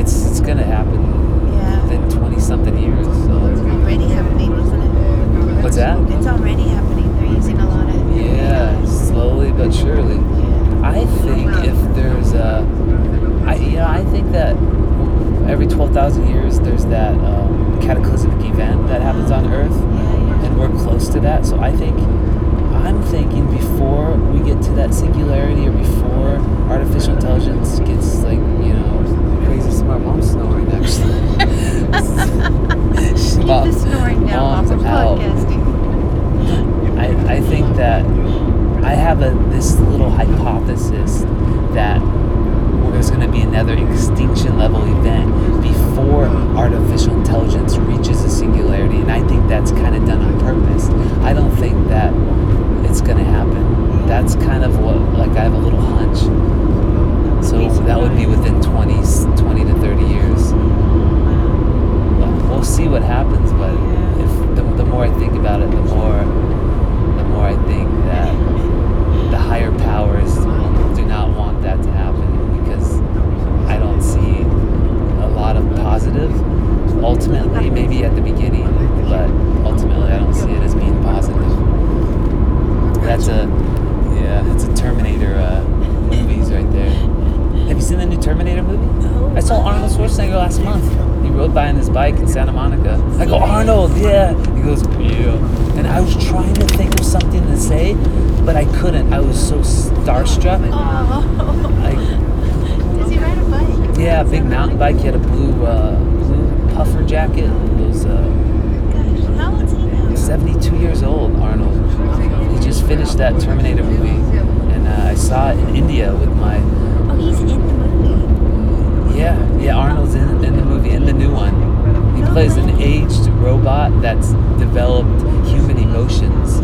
Speaker 1: It's, it's gonna happen
Speaker 2: Yeah,
Speaker 1: within 20 something years.
Speaker 2: it's
Speaker 1: So.
Speaker 2: already happening, isn't it?
Speaker 1: What's that?
Speaker 2: It's already happening. They're using a lot of
Speaker 1: Yeah, slowly but surely. I think if there's a, I you know I think that every twelve thousand years there's that um, cataclysmic event that happens on Earth, and we're close to that. So I think I'm thinking before we get to that singularity or before artificial intelligence gets like you know crazy smart. Mom's snoring actually. Keep
Speaker 2: Keep the snoring down
Speaker 1: Mom's
Speaker 2: while we're
Speaker 1: out.
Speaker 2: podcasting.
Speaker 1: I, I think that I have a this little hypothesis that there's going to be another extinction level event before artificial intelligence reaches a singularity, and I think that's kind of done on purpose. I don't think that it's going to happen. That's kind of what like I have a little hunch. So that would be within 20, 20 to 30 years. Well, We'll see what happens, but if the, the more I think about it, the more the more I think that the higher powers do not want that to happen. uh, buying this bike in Santa Monica. I go, Arnold, yeah. He goes, you. And I was trying to think of something to say, but I couldn't. I was so starstruck.
Speaker 2: Oh,
Speaker 1: I,
Speaker 2: does he ride a bike?
Speaker 1: yeah, big mountain bike. He had a blue, uh, blue puffer jacket. Those. Uh,
Speaker 2: Oh Gosh, how old's he now?
Speaker 1: 72 years old, Arnold. He just finished that Terminator movie, and uh, I saw it in India with my
Speaker 2: Oh, he's in the movie.
Speaker 1: yeah yeah Arnold's in, in the movie in the new one. He plays an aged robot that's developed human emotions.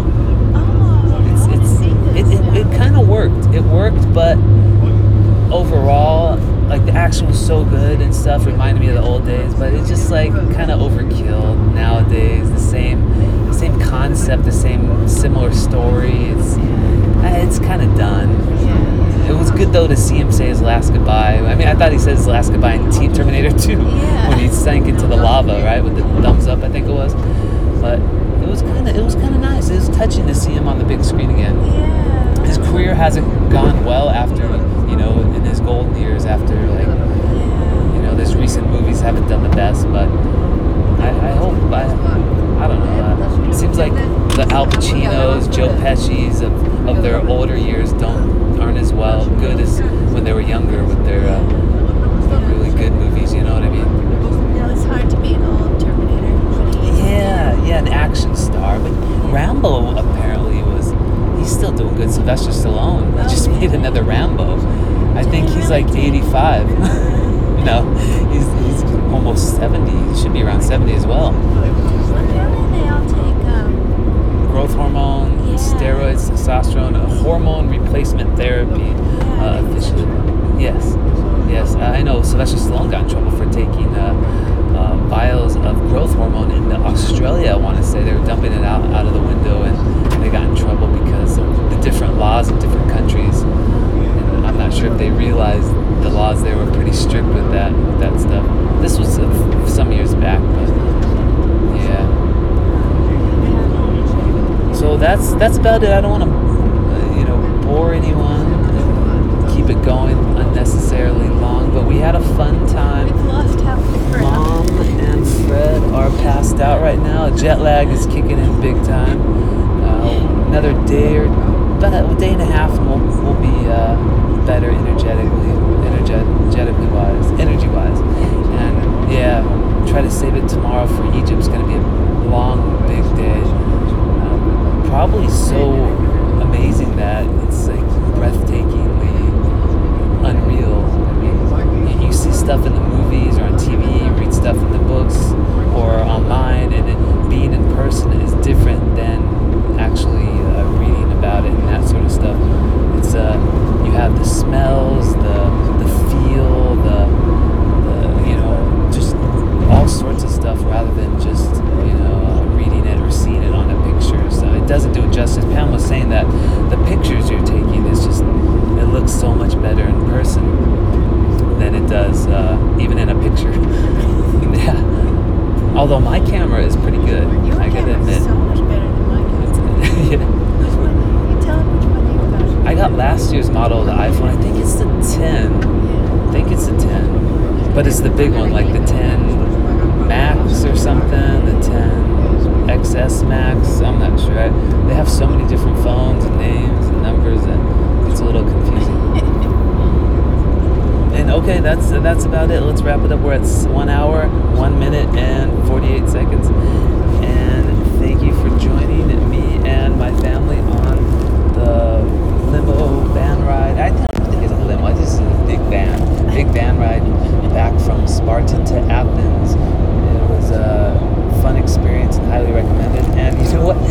Speaker 2: Oh,
Speaker 1: It's
Speaker 2: I want to
Speaker 1: it's
Speaker 2: see
Speaker 1: it,
Speaker 2: this.
Speaker 1: it, it kind of worked. It worked, but overall, like the action was so good and stuff, reminded me of the old days. But it's just like kind of overkill nowadays. The same the same concept, the same similar story. It's uh, it's kind of done. It was good though to see him say his last goodbye. I mean, I thought he said his last goodbye in T- Terminator 2
Speaker 2: Yeah.
Speaker 1: when he sank into the lava, right, with the thumbs up, I think it was. But it was kind of it was kind of nice. It was touching to see him on the big screen again.
Speaker 2: yeah.
Speaker 1: His career hasn't gone well after you know in his golden years after like
Speaker 2: Yeah.
Speaker 1: you know these recent movies haven't done the best, but I, I hope I, I don't know. Uh, it seems like the Al Pacinos, Joe Pesci's of, of their older years don't aren't as well good as when they were younger with their uh, really good movies. You know what I mean?
Speaker 2: No, it's hard to be an old Terminator. What do you-
Speaker 1: Yeah, yeah, an action star. But Rambo apparently was. He's still doing good. Sylvester Stallone. He
Speaker 2: Oh,
Speaker 1: just made another Rambo. I think he's like 85. you know, he's, he's almost 70. He should be around 70 as well.
Speaker 2: Well, apparently they all take um,
Speaker 1: Growth hormone,
Speaker 2: Yeah.
Speaker 1: steroids, testosterone, a hormone replacement therapy.
Speaker 2: Yeah,
Speaker 1: Uh,
Speaker 2: I think it's
Speaker 1: officially. Yes, yes. I know Sylvester Stallone got in trouble for taking uh, uh, vials of growth hormone in Australia. I want to say they were dumping it out out of the window, and they got in trouble because of the different laws in different countries. And I'm not sure if they realized the laws there were pretty strict with that with that stuff. This was uh, some years back, but yeah. So that's that's about it. I don't want to, uh, you know, bore anyone. and Keep it going unnecessarily long, but we had a fun
Speaker 2: we've
Speaker 1: time.
Speaker 2: lost half the crew.
Speaker 1: Mom and Fred are passed out right now. Jet lag is kicking in big time. Uh, another day or about a day and a half, and we'll, we'll be uh, better energetically, energe- energetically wise, energy wise, and yeah, try to save it tomorrow for Egypt's gonna be a long, big day um, probably so amazing that it's like breathtakingly unreal. I mean, you- you see stuff in the movies or on TV, you read stuff in the books or online, and it, being in person is different than actually uh, reading about it and that sort of stuff. It's uh, you have the smells, the the feel, the, the uh, you know just all sorts of stuff rather than just you know reading it or seeing it on a picture. So it doesn't do it justice. Pam was saying that the pictures you're taking is just it looks so much better in person than it does uh, even in a picture. yeah. Although my camera is pretty good,
Speaker 2: Your
Speaker 1: I gotta
Speaker 2: camera's
Speaker 1: admit.
Speaker 2: so much better than my camera.
Speaker 1: yeah.
Speaker 2: Which one? You tell him which one you got.
Speaker 1: I got last year's model of the iPhone. I think it's the 10.
Speaker 2: Yeah.
Speaker 1: I think it's the 10. But it's the big one, like the 10 Max or something, the 10 XS Max. I'm not sure. I, they have so many different phones and names and numbers that it's a little confusing. And okay, that's that's about it. Let's wrap it up. We're at s- one hour, one minute, and forty-eight seconds. And thank you for joining me and my family on the limo van ride. I don't think it's a limo. I just a big van, big van ride back from Sparta to Athens. It was a fun experience and highly recommended. And you know what? Uh, um, Uh,